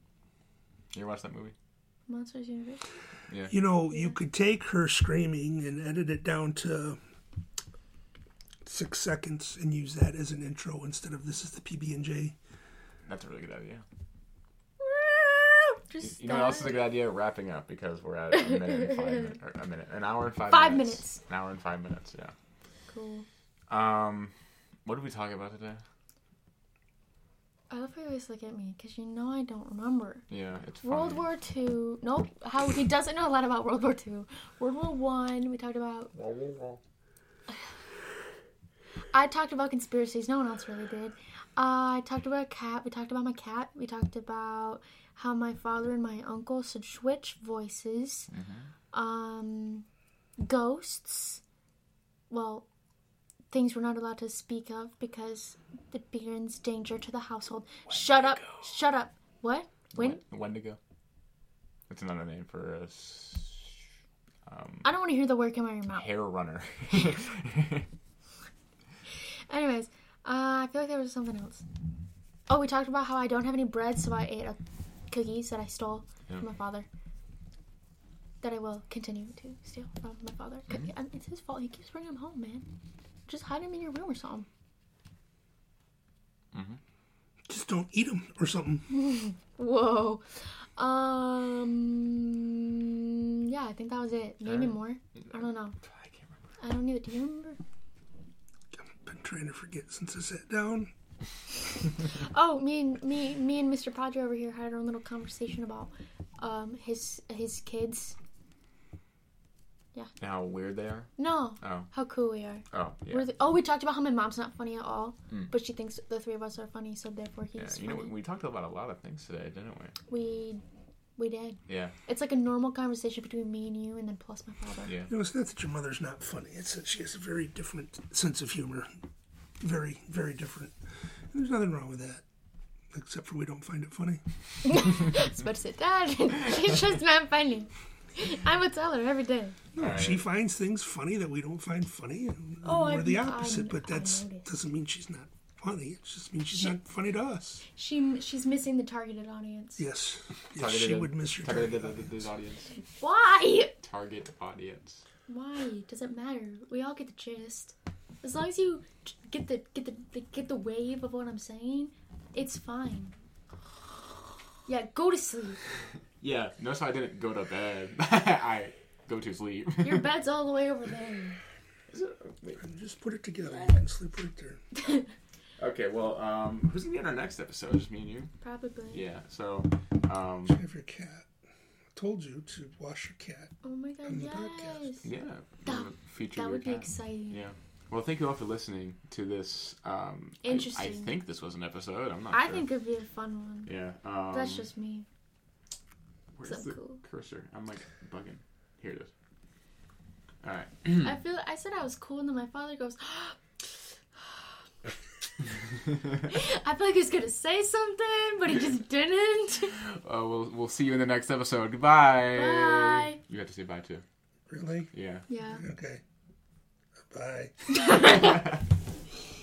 Speaker 1: You ever watch that movie?
Speaker 2: Monsters University.
Speaker 3: You know, you could take her screaming and edit it down to six seconds and use that as an intro instead of this is the PB and J.
Speaker 1: That's a really good idea.
Speaker 2: Just
Speaker 1: You know what else is a good idea? Wrapping up because we're at a minute and five minutes, or a minute, an hour and five.
Speaker 2: Five minutes.
Speaker 1: An hour and five minutes. Yeah.
Speaker 2: cool.
Speaker 1: Um, what did we talk about today?
Speaker 2: I love how you always look at me because you know I don't remember.
Speaker 1: Yeah, it's
Speaker 2: World
Speaker 1: funny.
Speaker 2: War Two. Nope. How he doesn't know a lot about World War Two. World War One. We talked about. I talked about conspiracies. No one else really did. Uh, I talked about a cat. We talked about my cat. We talked about how my father and my uncle should switch voices. Um, ghosts. Well, things we're not allowed to speak of because it begins danger to the household. shut up! Shut up! What? When?
Speaker 1: Wen- Wendigo. It's another name for a s-
Speaker 2: I don't want to hear the word come out of your mouth.
Speaker 1: hair runner.
Speaker 2: Anyways, uh, I feel like there was something else. Oh, we talked about how I don't have any bread, so I ate a cookies that I stole from my father. That I will continue to steal from my father. 'Cause- and It's his fault. He keeps bringing them home, man. Just hide them in your room or something.
Speaker 3: Just don't eat them or something.
Speaker 2: Whoa. Um. Yeah, I think that was it. Maybe more. I don't know.
Speaker 1: I can't remember.
Speaker 2: I don't either. Do you remember?
Speaker 3: I've been trying to forget since I sat down.
Speaker 2: Oh, me and me, me and Mr. Padre over here had our own little conversation about um his his kids.
Speaker 1: And how weird they are.
Speaker 2: No,
Speaker 1: Oh,
Speaker 2: how cool we are.
Speaker 1: oh, yeah. Hmm.
Speaker 2: We're the, oh, we talked about how my mom's not funny at all, but she thinks the three of us are funny, so therefore he's
Speaker 1: yeah.
Speaker 2: funny.
Speaker 1: You know, we, we talked about a lot of things today, didn't we?
Speaker 2: we we did.
Speaker 1: Yeah,
Speaker 2: It's like a normal conversation between me and you, and then plus my father.
Speaker 1: Yeah.
Speaker 3: You know, it's not that your mother's not funny. It's that she has a very different sense of humor. Very, very different. And there's nothing wrong with that, except for we don't find it funny.
Speaker 2: It's about to say, Dad, she's just not funny. I would tell her every day.
Speaker 3: No, she finds things funny that we don't find funny. And
Speaker 2: Oh,
Speaker 3: we're
Speaker 2: I-
Speaker 3: the
Speaker 2: I-
Speaker 3: opposite,
Speaker 2: I
Speaker 3: but that's
Speaker 2: noticed.
Speaker 3: doesn't mean she's not funny. It just means she's not funny to us.
Speaker 2: She she's missing the targeted audience.
Speaker 3: Yes, yes
Speaker 1: Targeted-
Speaker 3: she would miss your
Speaker 1: targeted
Speaker 3: target.
Speaker 1: the- the- the audience.
Speaker 2: Why?
Speaker 1: Target audience.
Speaker 2: Why does it matter? We all get the gist. As long as you j- get the get the, the get the wave of what I'm saying, it's fine. Yeah, go to sleep.
Speaker 1: Yeah, notice how I didn't go to bed. I go to sleep.
Speaker 2: Your bed's all the way over there.
Speaker 3: Just put it together and sleep right there.
Speaker 1: okay, well, um, who's gonna be on our next episode? Just me and you.
Speaker 2: Probably.
Speaker 1: Yeah. So, um,
Speaker 3: Have your cat. I told you to wash your cat.
Speaker 2: Oh my god,
Speaker 3: And the
Speaker 2: yes.
Speaker 3: podcast.
Speaker 1: yeah,
Speaker 2: That-
Speaker 1: we'll feature
Speaker 2: That
Speaker 1: your
Speaker 2: would be
Speaker 1: cat.
Speaker 2: exciting.
Speaker 1: Yeah. Well, thank you all for listening to this. Um, I- I,
Speaker 2: Interesting.
Speaker 1: think this was an episode. I'm not.
Speaker 2: I
Speaker 1: sure.
Speaker 2: think it'd be a fun one.
Speaker 1: Yeah. Um,
Speaker 2: That's just me. so
Speaker 1: Where's the
Speaker 2: cool.
Speaker 1: cursor? I'm like bugging. Here it is. All right.
Speaker 2: I feel I said I was cool and then my father goes I feel like he was gonna say something, but he just didn't.
Speaker 1: Uh, we'll we'll see you in the next episode. Goodbye.
Speaker 2: Bye.
Speaker 1: You have to say bye too.
Speaker 3: Really?
Speaker 1: Yeah.
Speaker 2: Yeah.
Speaker 3: Okay. Bye.